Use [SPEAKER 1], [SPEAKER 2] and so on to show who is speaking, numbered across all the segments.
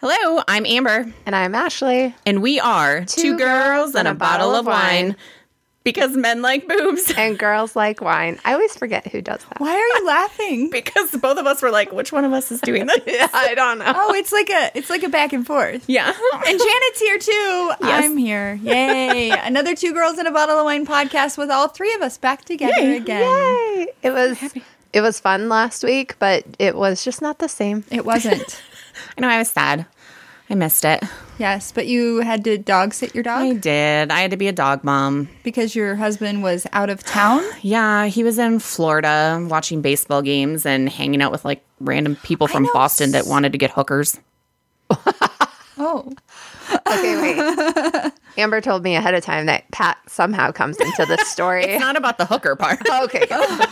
[SPEAKER 1] Hello, I'm Amber,
[SPEAKER 2] And I'm Ashley.
[SPEAKER 1] and we are Two, Girls and a Bottle of Wine, because men like boobs.
[SPEAKER 2] And girls like wine. I always forget who does that.
[SPEAKER 3] Why are you laughing?
[SPEAKER 1] because both of us were like, which one of us is doing this? yeah.
[SPEAKER 2] I don't know.
[SPEAKER 3] Oh, it's like a it's like a back and forth. And Janet's here too. I'm here. Yay. Another two girls and a bottle of wine podcast with all three of us back together again.
[SPEAKER 2] Yay. It was it was fun last week, but it was just not the same.
[SPEAKER 3] It wasn't.
[SPEAKER 1] I know I was sad. I missed it.
[SPEAKER 3] yes, but you had to dog sit your
[SPEAKER 1] I
[SPEAKER 3] dog
[SPEAKER 1] did. I had to be a dog mom.
[SPEAKER 3] because your husband was out of town.
[SPEAKER 1] Yeah, he was in Florida watching baseball games and hanging out with like random people from
[SPEAKER 3] know
[SPEAKER 1] Boston that wanted to get hookers.
[SPEAKER 3] Oh.
[SPEAKER 2] Okay, wait. Amber told me ahead of time that Pat somehow comes into this story.
[SPEAKER 1] It's not about the hooker part.
[SPEAKER 2] okay. good.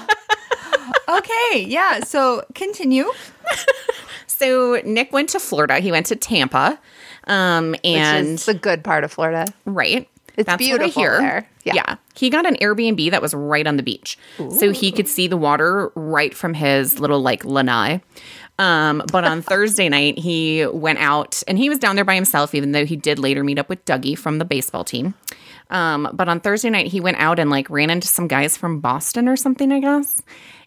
[SPEAKER 3] Okay. Yeah. So continue.
[SPEAKER 1] So Nick went to Florida. He went to Tampa. Um
[SPEAKER 2] Which
[SPEAKER 1] and
[SPEAKER 2] is the good part of Florida.
[SPEAKER 1] right.
[SPEAKER 2] It's
[SPEAKER 1] That's
[SPEAKER 2] beautiful
[SPEAKER 1] what I hear.
[SPEAKER 2] there.
[SPEAKER 1] Yeah.
[SPEAKER 2] Yeah.
[SPEAKER 1] He got an Airbnb that was right on the beach. So he could see the water right from his little like lanai. Um, but on Thursday night, he went out and he was down there by himself, even though he did later meet up with Dougie from the baseball team. Um, but on Thursday night, he went out and like ran into some guys from Boston or something, I guess.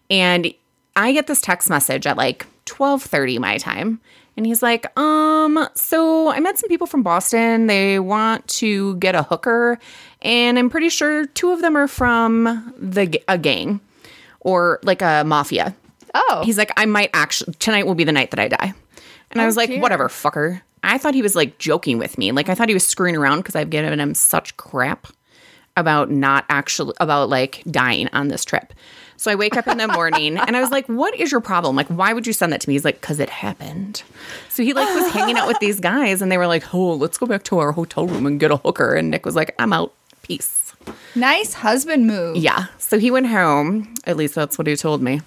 [SPEAKER 1] And I get this text message at like 12:30 my time. And he's like, um, so I met some people from Boston. They want to get a hooker, and I'm pretty sure two of them are from the g- a gang or like a mafia.
[SPEAKER 2] Oh.
[SPEAKER 1] He's like, I might actually tonight will be the night that I die. And I was like, whatever, fucker. I thought he was like joking with me. Like I thought he was screwing around because I've given him such crap about not actually about like dying on this trip. So I wake up in the morning and I was like, what is your problem? Like, why would you send that to me? He's like, because it happened. So he like was hanging out with these guys and they were like, oh, let's go back to our hotel room and get a hooker. And Nick was like, I'm out. Peace.
[SPEAKER 3] Nice husband move.
[SPEAKER 1] Yeah. So he went home. At least that's what he told me.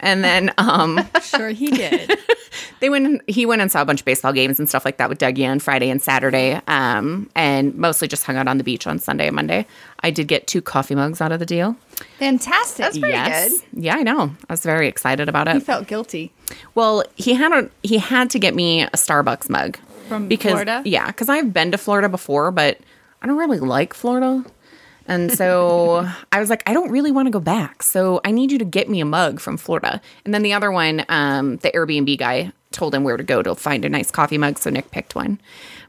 [SPEAKER 1] And then um,
[SPEAKER 3] Sure he did.
[SPEAKER 1] they went. He went and saw a bunch of baseball games and stuff like that with Dougie on Friday and Saturday, um, and mostly just hung out on the beach on Sunday and Monday. I did get two coffee mugs out of the deal.
[SPEAKER 3] Fantastic.
[SPEAKER 2] pretty
[SPEAKER 1] Yeah, I know. I was very excited about
[SPEAKER 3] He
[SPEAKER 1] it.
[SPEAKER 3] felt guilty.
[SPEAKER 1] Well, he had a he had to get me a Starbucks mug
[SPEAKER 3] From
[SPEAKER 1] because
[SPEAKER 3] Florida?
[SPEAKER 1] yeah, because I've been to Florida before, but I don't really like Florida, and so I was like, I don't really want to go back, so I need you to get me a mug from Florida. And then the other one, um, the Airbnb guy told him where to go to find a nice coffee mug, so Nick picked one.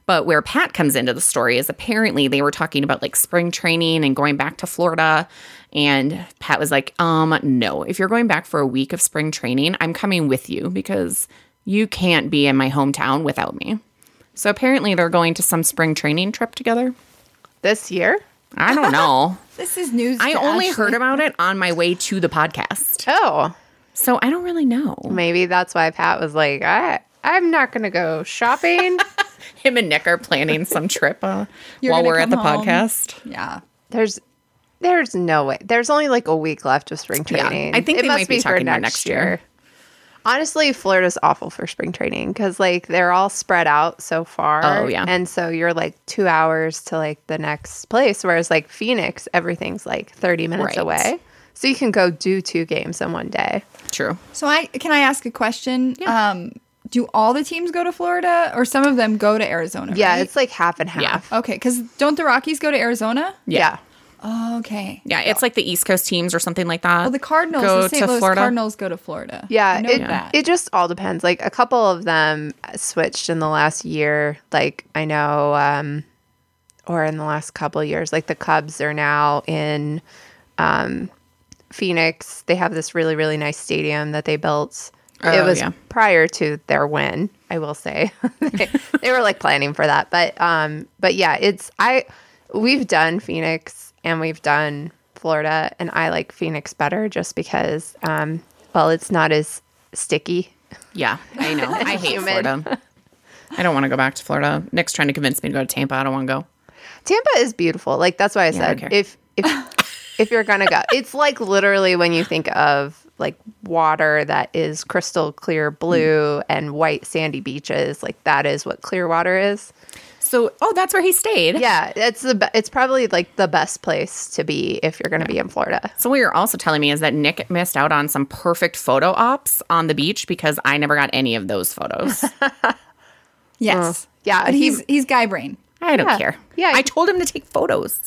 [SPEAKER 1] But where Pat comes into the story is apparently they were talking about like spring training and going back to Florida. And Pat was like, um, no, if you're going back for a week of spring training, I'm coming with you because you can't be in my hometown without me. So apparently they're going to some spring training trip together.
[SPEAKER 2] This year?
[SPEAKER 1] I don't know.
[SPEAKER 3] This is news.
[SPEAKER 1] I
[SPEAKER 3] to
[SPEAKER 1] only
[SPEAKER 3] Ashley.
[SPEAKER 1] heard about it on my way to the podcast.
[SPEAKER 2] Oh.
[SPEAKER 1] So I don't really know.
[SPEAKER 2] Maybe that's why Pat was like, I I'm not gonna go shopping.
[SPEAKER 1] Him and Nick are planning some trip uh,
[SPEAKER 3] You're
[SPEAKER 1] while
[SPEAKER 3] gonna
[SPEAKER 1] we're at the
[SPEAKER 3] come home.
[SPEAKER 1] podcast.
[SPEAKER 3] Yeah.
[SPEAKER 2] There's there's no way. There's only like a week left of spring
[SPEAKER 1] Yeah,
[SPEAKER 2] training.
[SPEAKER 1] I think
[SPEAKER 2] it
[SPEAKER 1] they
[SPEAKER 2] must
[SPEAKER 1] might be
[SPEAKER 2] for
[SPEAKER 1] talking about next year.
[SPEAKER 2] Honestly, Florida's awful for spring training because like they're all spread out so far.
[SPEAKER 1] Oh, yeah.
[SPEAKER 2] and so you're like two hours to like the next place, whereas like Phoenix, everything's like thirty minutes
[SPEAKER 1] Right.
[SPEAKER 2] away. So you can go do two games in one day.
[SPEAKER 1] True.
[SPEAKER 3] So I can I ask a question? Um, do all the teams go to Florida or some of them go to Arizona?
[SPEAKER 2] Yeah,
[SPEAKER 3] right?
[SPEAKER 2] it's like half and half.
[SPEAKER 3] okay, because don't the Rockies go to Arizona?
[SPEAKER 2] Yeah.
[SPEAKER 3] Oh, okay.
[SPEAKER 1] Yeah, it's like the East Coast teams or something like that.
[SPEAKER 3] Well, the Cardinals,
[SPEAKER 1] go
[SPEAKER 3] the St.
[SPEAKER 1] to
[SPEAKER 3] Louis
[SPEAKER 1] Florida.
[SPEAKER 3] Cardinals go to Florida.
[SPEAKER 2] Yeah,
[SPEAKER 3] I know
[SPEAKER 2] it,
[SPEAKER 3] that.
[SPEAKER 2] it just all depends. Like a couple of them switched in the last year. Like I know, um, or in the last couple of years, like the Cubs are now in um, Phoenix. They have this really, really nice stadium that they built.
[SPEAKER 1] Oh,
[SPEAKER 2] it was
[SPEAKER 1] yeah.
[SPEAKER 2] prior to their win, I will say. they, they were like planning for that, but um, but yeah, it's I. We've done Phoenix and we've done Florida, and I like Phoenix better just because, um, well, it's not as sticky.
[SPEAKER 1] Yeah, I know. I hate
[SPEAKER 2] Humid.
[SPEAKER 1] Florida. I don't want to go back to Florida. Nick's trying to convince me to go to Tampa. I don't want to go.
[SPEAKER 2] Tampa is beautiful. Like that's why I
[SPEAKER 1] I
[SPEAKER 2] said
[SPEAKER 1] don't care.
[SPEAKER 2] if if if you're gonna go, it's like literally when you think of like water that is crystal clear blue
[SPEAKER 1] Mm.
[SPEAKER 2] and white sandy beaches. Like that is what clear water is.
[SPEAKER 1] So, oh, that's where he stayed.
[SPEAKER 2] Yeah, it's the be- it's probably like the best place to be if you're gonna be in Florida.
[SPEAKER 1] So what you're also telling me is that Nick missed out on some perfect photo ops on the beach because I never got any of those photos.
[SPEAKER 3] Yes.
[SPEAKER 2] Yeah,
[SPEAKER 3] But
[SPEAKER 2] he-
[SPEAKER 3] he's he's guy brain.
[SPEAKER 1] I don't
[SPEAKER 2] Yeah.
[SPEAKER 1] care.
[SPEAKER 2] Yeah.
[SPEAKER 1] I told him to take photos.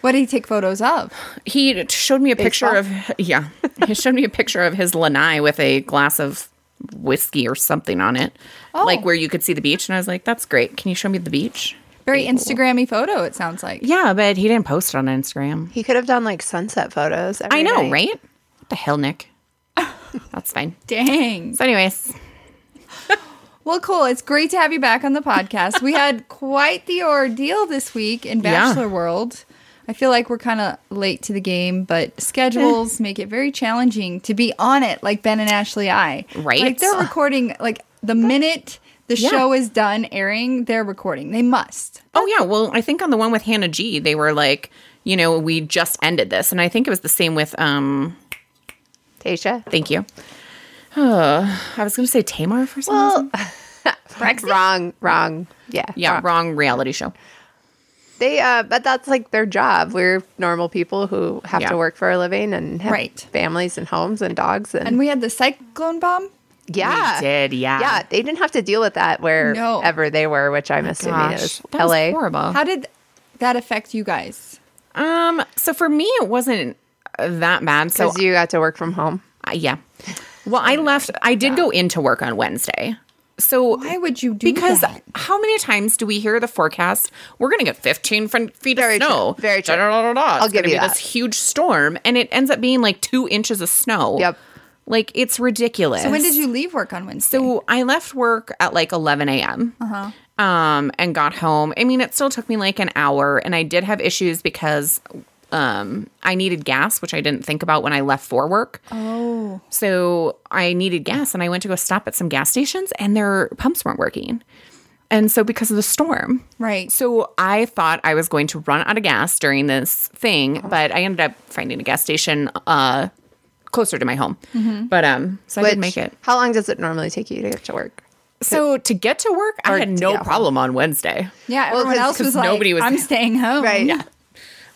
[SPEAKER 3] What did he take photos of?
[SPEAKER 1] He t- showed me a picture of yeah. he showed me a picture of his lanai with a glass of whiskey or something on it,
[SPEAKER 2] Oh.
[SPEAKER 1] like where you could see the beach. And I was like, "That's great. Can you show me the beach?"
[SPEAKER 3] Very Instagrammy photo. It sounds like.
[SPEAKER 1] Yeah, but he didn't post it on Instagram.
[SPEAKER 2] He could have done like sunset photos.
[SPEAKER 1] I
[SPEAKER 2] every
[SPEAKER 1] know,
[SPEAKER 2] night.
[SPEAKER 1] right? What the hell, Nick? That's fine.
[SPEAKER 3] Dang.
[SPEAKER 1] So, anyways,
[SPEAKER 3] Well, cool. It's great to have you back on the podcast. We had quite the ordeal this week in
[SPEAKER 1] Yeah.
[SPEAKER 3] Bachelor World. I feel like we're kind of late to the game, but schedules make it very challenging to be on it, like Ben and Ashley I.
[SPEAKER 1] Right.
[SPEAKER 3] Like they're recording, like the minute the
[SPEAKER 1] Yeah.
[SPEAKER 3] show is done airing, they're recording. They must.
[SPEAKER 1] Oh yeah, well I think on the one with Hannah G, they were like, you know, we just ended this, and I think it was the same with um.
[SPEAKER 2] Tasha?
[SPEAKER 1] Thank you. Uh, I was going to say Tamar for some reason.
[SPEAKER 2] Well, wrong, wrong. Yeah,
[SPEAKER 1] Yeah, wrong reality show.
[SPEAKER 2] They, uh, but that's like their job. We're normal people who have
[SPEAKER 1] Yeah.
[SPEAKER 2] to work for a living and have
[SPEAKER 3] Right.
[SPEAKER 2] families and homes and dogs and,
[SPEAKER 3] And we had the cyclone bomb.
[SPEAKER 2] yeah,
[SPEAKER 1] We did, yeah.
[SPEAKER 2] yeah. They didn't have to deal with that
[SPEAKER 3] No.
[SPEAKER 2] wherever they were, which I'm assuming
[SPEAKER 1] Oh Gosh,
[SPEAKER 2] is
[SPEAKER 1] that
[SPEAKER 2] L.A.
[SPEAKER 1] was horrible.
[SPEAKER 3] How did that affect you guys?
[SPEAKER 1] um, so for me, it wasn't uh, that bad. So
[SPEAKER 2] because you got to work from home.
[SPEAKER 1] I- yeah, well, I left. I did go into work on Wednesday. So
[SPEAKER 3] Why would you do
[SPEAKER 1] because
[SPEAKER 3] that?
[SPEAKER 1] how many times do we hear the forecast? We're going to get 15 fin- feet
[SPEAKER 2] Very
[SPEAKER 1] of
[SPEAKER 2] true.
[SPEAKER 1] snow.
[SPEAKER 2] Very true.
[SPEAKER 1] Da, da, da, da, da. It's
[SPEAKER 2] give
[SPEAKER 1] gonna
[SPEAKER 2] you
[SPEAKER 1] be
[SPEAKER 2] that.
[SPEAKER 1] this huge storm, and it ends up being like two inches of snow.
[SPEAKER 2] Yep.
[SPEAKER 1] Like it's ridiculous.
[SPEAKER 3] So when did you leave work on Wednesday?
[SPEAKER 1] So I left work at like 11
[SPEAKER 2] Uh-huh.
[SPEAKER 1] a.m.
[SPEAKER 3] Uh-huh.
[SPEAKER 1] Um, and got home. I mean, it still took me like an hour, and I did have issues because um, I needed gas, which I didn't think about when I left for work.
[SPEAKER 3] oh,
[SPEAKER 1] So I needed gas and I went to go stop at some gas stations and their pumps weren't working. And so because of the storm.
[SPEAKER 3] right.
[SPEAKER 1] So I thought I was going to run out of gas during this thing, but I ended up finding a gas station uh closer to my home. But um so I
[SPEAKER 2] Which,
[SPEAKER 1] did make it.
[SPEAKER 2] How long does it normally take you to get to work?
[SPEAKER 1] So to get to work, I
[SPEAKER 2] Or
[SPEAKER 1] had
[SPEAKER 2] to
[SPEAKER 1] no
[SPEAKER 2] get home.
[SPEAKER 1] problem on Wednesday.
[SPEAKER 3] Yeah,
[SPEAKER 2] Well,
[SPEAKER 3] everyone
[SPEAKER 2] 'cause-
[SPEAKER 3] else
[SPEAKER 1] 'cause
[SPEAKER 3] was like,
[SPEAKER 1] nobody was-
[SPEAKER 3] I'm staying home.
[SPEAKER 2] Right.
[SPEAKER 3] Yeah.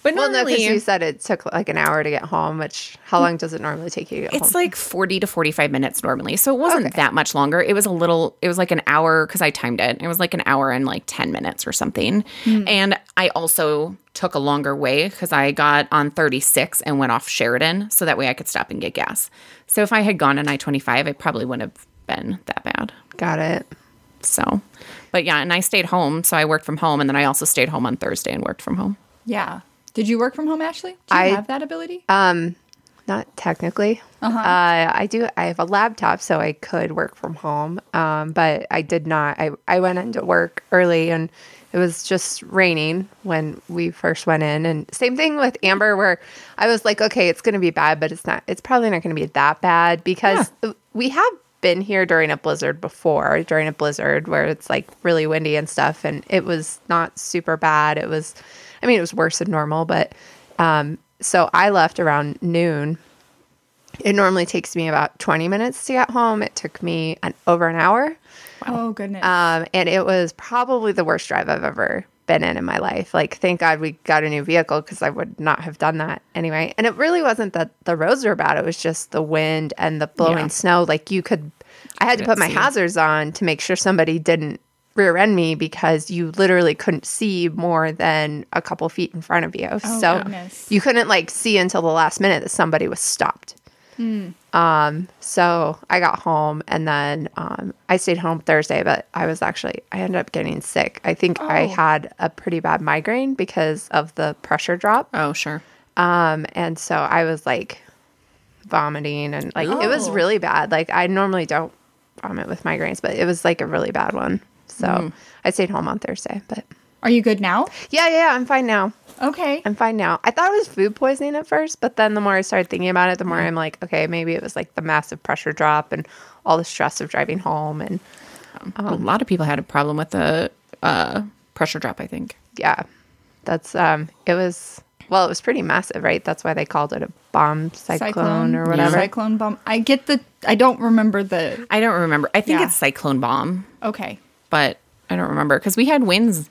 [SPEAKER 1] But
[SPEAKER 2] Well, no, because
[SPEAKER 1] normally
[SPEAKER 2] you said it took like an hour to get home. Which how long does it normally take you to get home?
[SPEAKER 1] it's like 40 to 45 minutes normally. So it wasn't that much longer. It was a little, it was like an hour because I timed it. It was like an hour and like 10 minutes or something.
[SPEAKER 2] Hmm.
[SPEAKER 1] And I also took a longer way because I got on 36 and went off Sheridan. So that way I could stop and get gas. So if I had gone on I 25, it probably wouldn't have been that bad.
[SPEAKER 2] Got it.
[SPEAKER 1] So, but yeah, and I stayed home. So I worked from home. And then I also stayed home on Thursday and worked from home.
[SPEAKER 3] Yeah. Did you work from home, Ashley? Do you
[SPEAKER 2] I-
[SPEAKER 3] have that ability?
[SPEAKER 2] Um, not technically. Uh-huh. I do. I have a laptop, so I could work from home. Um, but I did not. I I went into work early, and it was just raining when we first went in. And same thing with Amber, where I was like, okay, it's going to be bad, but it's not. It's probably not going to be that bad because we have been here during a blizzard before, during a blizzard where it's like really windy and stuff, and it was not super bad. It was, I mean, it was worse than normal, but um, so I left around noon. It normally takes me about 20 minutes to get home. It took me an, over an hour.
[SPEAKER 3] oh, goodness.
[SPEAKER 2] Um, and it was probably the worst drive I've ever been in in my life. Like, thank God we got a new vehicle because I would not have done that anyway. And it really wasn't that the roads were bad, it was just the wind and the blowing
[SPEAKER 1] Yeah.
[SPEAKER 2] snow. Like, you could, I had to put
[SPEAKER 1] Couldn't
[SPEAKER 2] my
[SPEAKER 1] see.
[SPEAKER 2] hazards on to make sure somebody didn't rear end me because you literally couldn't see more than a couple feet in front of you.
[SPEAKER 1] Oh,
[SPEAKER 2] so
[SPEAKER 3] goodness.
[SPEAKER 2] you couldn't like see until the last minute that somebody was stopped. Um, so I got home and then um, I stayed home Thursday, but I was actually, I ended up getting sick. I think I had a pretty bad migraine because of the pressure drop.
[SPEAKER 1] Oh, sure.
[SPEAKER 2] Um, and so I was like vomiting and like it was
[SPEAKER 3] Ooh.
[SPEAKER 2] really bad. Like I normally don't vomit with migraines, but it was like a really bad one. So I stayed home on Thursday, but
[SPEAKER 3] Are you good now?
[SPEAKER 2] yeah, yeah, I'm fine now.
[SPEAKER 3] Okay.
[SPEAKER 2] I'm fine now. I thought it was food poisoning at first, but then the more I started thinking about it, the
[SPEAKER 1] Mm.
[SPEAKER 2] more I'm like, okay, maybe it was like the massive pressure drop and all the stress of driving home and
[SPEAKER 1] a lot of people had a problem with the uh, pressure drop. I think.
[SPEAKER 2] Yeah. That's um it was well, it was pretty massive, right? That's why they called it a bomb cyclone, or
[SPEAKER 3] yeah.
[SPEAKER 2] whatever.
[SPEAKER 3] Cyclone bomb. I get the. I don't remember the.
[SPEAKER 1] I don't remember. I think
[SPEAKER 3] Yeah.
[SPEAKER 1] it's cyclone bomb,
[SPEAKER 3] Okay,
[SPEAKER 1] but I don't remember because we had winds.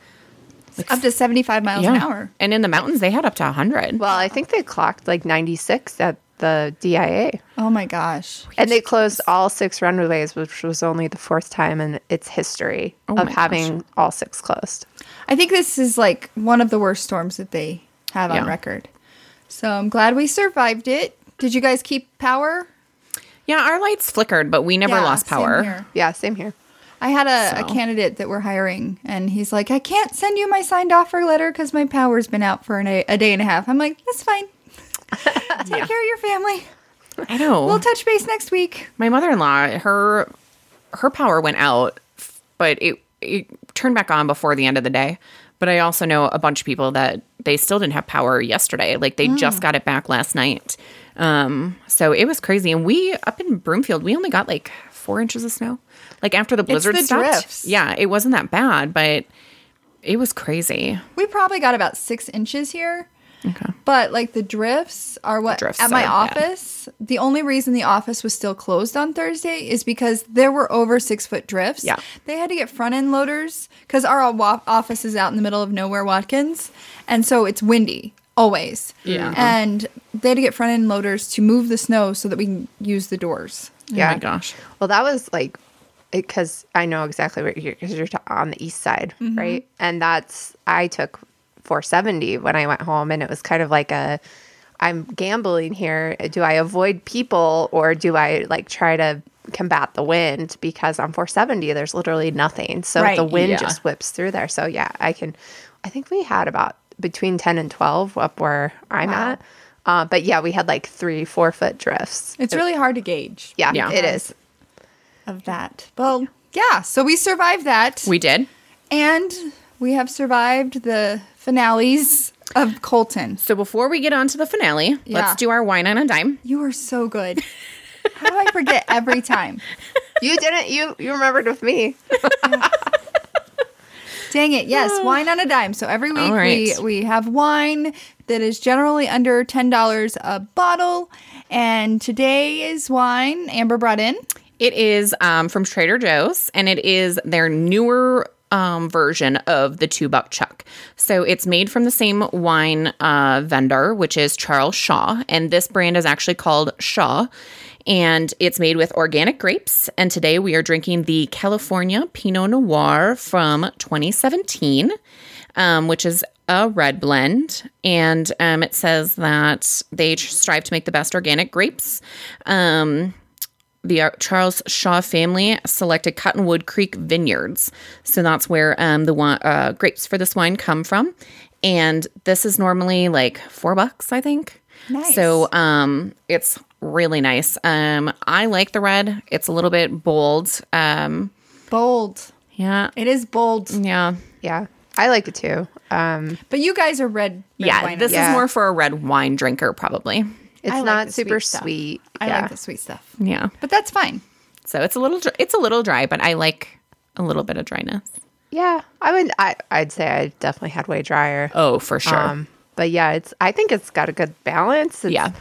[SPEAKER 3] up to seventy-five miles an
[SPEAKER 1] yeah.
[SPEAKER 3] hour.
[SPEAKER 1] and in the mountains they had up to hundred.
[SPEAKER 2] Well, I think they clocked like 96 at the DIA.
[SPEAKER 3] Oh my gosh.
[SPEAKER 2] And they closed all six runways, which was only the fourth time in its history
[SPEAKER 1] Oh
[SPEAKER 2] of
[SPEAKER 1] my
[SPEAKER 2] having all six closed.
[SPEAKER 3] I think this is like one of the worst storms that they have on
[SPEAKER 1] Yeah.
[SPEAKER 3] record. So I'm glad we survived it. Did you guys keep power?
[SPEAKER 1] yeah, our lights flickered, but we never
[SPEAKER 3] Yeah,
[SPEAKER 1] lost
[SPEAKER 3] same
[SPEAKER 1] power.
[SPEAKER 3] here.
[SPEAKER 2] Yeah, same here.
[SPEAKER 3] I had a, a
[SPEAKER 1] So.
[SPEAKER 3] candidate that we're hiring, and he's like, I can't send you my signed offer letter because my power's been out for an, a, a day and a half. I'm like, that's fine. Take care of your family.
[SPEAKER 1] I know.
[SPEAKER 3] We'll touch base next week.
[SPEAKER 1] My mother-in-law, her her power went out, f- but it it turned back on before the end of the day. But I also know a bunch of people that they still didn't have power yesterday. Like they
[SPEAKER 3] Mm.
[SPEAKER 1] just got it back last night. Um, so it was crazy. And we up in Broomfield, we only got like four inches of snow. Like after the blizzard
[SPEAKER 3] the
[SPEAKER 1] stopped.
[SPEAKER 3] drifts.
[SPEAKER 1] Yeah, it wasn't that bad, but it was crazy. Oh
[SPEAKER 3] We probably got about six inches here.
[SPEAKER 1] Okay.
[SPEAKER 3] But like the drifts are what
[SPEAKER 1] drifts
[SPEAKER 3] at my
[SPEAKER 1] are bad.
[SPEAKER 3] office. The only reason the office was still closed on Thursday is because there were over six foot drifts.
[SPEAKER 1] Yeah.
[SPEAKER 3] they had to get front end loaders because our wa- office is out in the middle of nowhere, Watkins, and so it's windy always.
[SPEAKER 1] Yeah.
[SPEAKER 3] and they had to get front end loaders to move the snow so that we can use the doors.
[SPEAKER 2] Yeah.
[SPEAKER 1] Oh my gosh.
[SPEAKER 2] Well, that was like, because I know exactly what you're, because you're t- on the east side,
[SPEAKER 3] Mm-hmm.
[SPEAKER 2] right? And that's, I took 470 when I went home, and it was kind of like a, I'm gambling here. Do I avoid people or do I like try to combat the wind? Because on 470, there's literally nothing. So
[SPEAKER 3] Right,
[SPEAKER 2] the wind
[SPEAKER 1] yeah.
[SPEAKER 2] just whips through there. So yeah, I can, I think we had about between 10 and 12 up where I'm at. Uh, but yeah, we had like three, four foot drifts.
[SPEAKER 3] It's really hard to gauge.
[SPEAKER 2] Yeah,
[SPEAKER 1] Yeah.
[SPEAKER 2] it is.
[SPEAKER 3] of that. Well, yeah. So we survived that.
[SPEAKER 1] We did.
[SPEAKER 3] And we have survived the finales of Colton.
[SPEAKER 1] So before we get on to the finale,
[SPEAKER 3] Yeah.
[SPEAKER 1] let's do our wine on a dime.
[SPEAKER 3] You are so good. How do I forget every time?
[SPEAKER 2] You didn't. You you remembered with me.
[SPEAKER 3] Dang it. Yes, wine on a dime. So every week
[SPEAKER 1] All right.
[SPEAKER 3] we, we have wine that is generally under $10 a bottle. And today is wine Amber brought in.
[SPEAKER 1] It is um, from Trader Joe's, and it is their newer um, version of the two buck chuck. So it's made from the same wine uh, vendor, which is Charles Shaw, and this brand is actually called Shaw, and it's made with organic grapes. And today we are drinking the California Pinot Noir from 2017, um, which is a red blend, and um, it says that they strive to make the best organic grapes. Um, the uh, Charles Shaw family selected Cottonwood Creek Vineyards. So that's where um, the wi- uh, grapes for this wine come from. And this is normally like four bucks, I think.
[SPEAKER 3] Nice.
[SPEAKER 1] So um, it's really nice. Um, I like the red. It's a little bit bold. Um,
[SPEAKER 3] Bold.
[SPEAKER 1] yeah.
[SPEAKER 3] It is bold.
[SPEAKER 1] Yeah.
[SPEAKER 2] Yeah, I like it too. Um,
[SPEAKER 3] But you guys are red. red
[SPEAKER 1] Yeah.
[SPEAKER 3] wine
[SPEAKER 1] This
[SPEAKER 3] lovers.
[SPEAKER 2] Yeah.
[SPEAKER 1] is more for a red wine drinker, probably.
[SPEAKER 2] it's
[SPEAKER 3] I like
[SPEAKER 2] not
[SPEAKER 3] the sweet
[SPEAKER 2] super
[SPEAKER 3] stuff.
[SPEAKER 2] sweet.
[SPEAKER 3] I
[SPEAKER 2] yeah.
[SPEAKER 3] like the sweet stuff.
[SPEAKER 1] Yeah.
[SPEAKER 3] But that's fine.
[SPEAKER 1] So it's a little dr- it's a little dry, but I like a little bit of dryness.
[SPEAKER 2] Yeah, I would. I I'd say I definitely had way drier.
[SPEAKER 1] Oh, for sure.
[SPEAKER 2] Um, but yeah, it's. I think it's got a good balance. It's,
[SPEAKER 1] Yeah.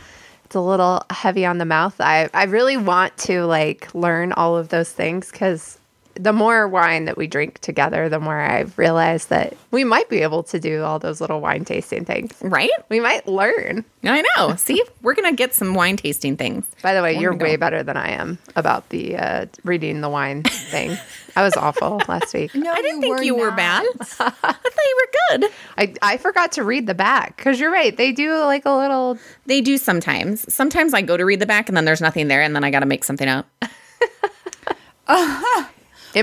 [SPEAKER 2] It's a little heavy on the mouth. I I really want to like learn all of those things because the more wine that we drink together, the more I realize that we might be able to do all those little wine tasting things.
[SPEAKER 1] right?
[SPEAKER 2] We might learn.
[SPEAKER 1] I know. See, we're gonna get some wine tasting things.
[SPEAKER 2] By the way, you're
[SPEAKER 1] Wonderful.
[SPEAKER 2] way better than I am about the uh, reading the wine thing. I was awful last week.
[SPEAKER 3] No,
[SPEAKER 1] I didn't think you were
[SPEAKER 3] not.
[SPEAKER 1] bad. I thought you were good.
[SPEAKER 2] I, I forgot to read the back because you're right. They do like a little.
[SPEAKER 1] They do sometimes. Sometimes I go to read the back and then there's nothing there, and then I got to make something up.
[SPEAKER 2] Improv.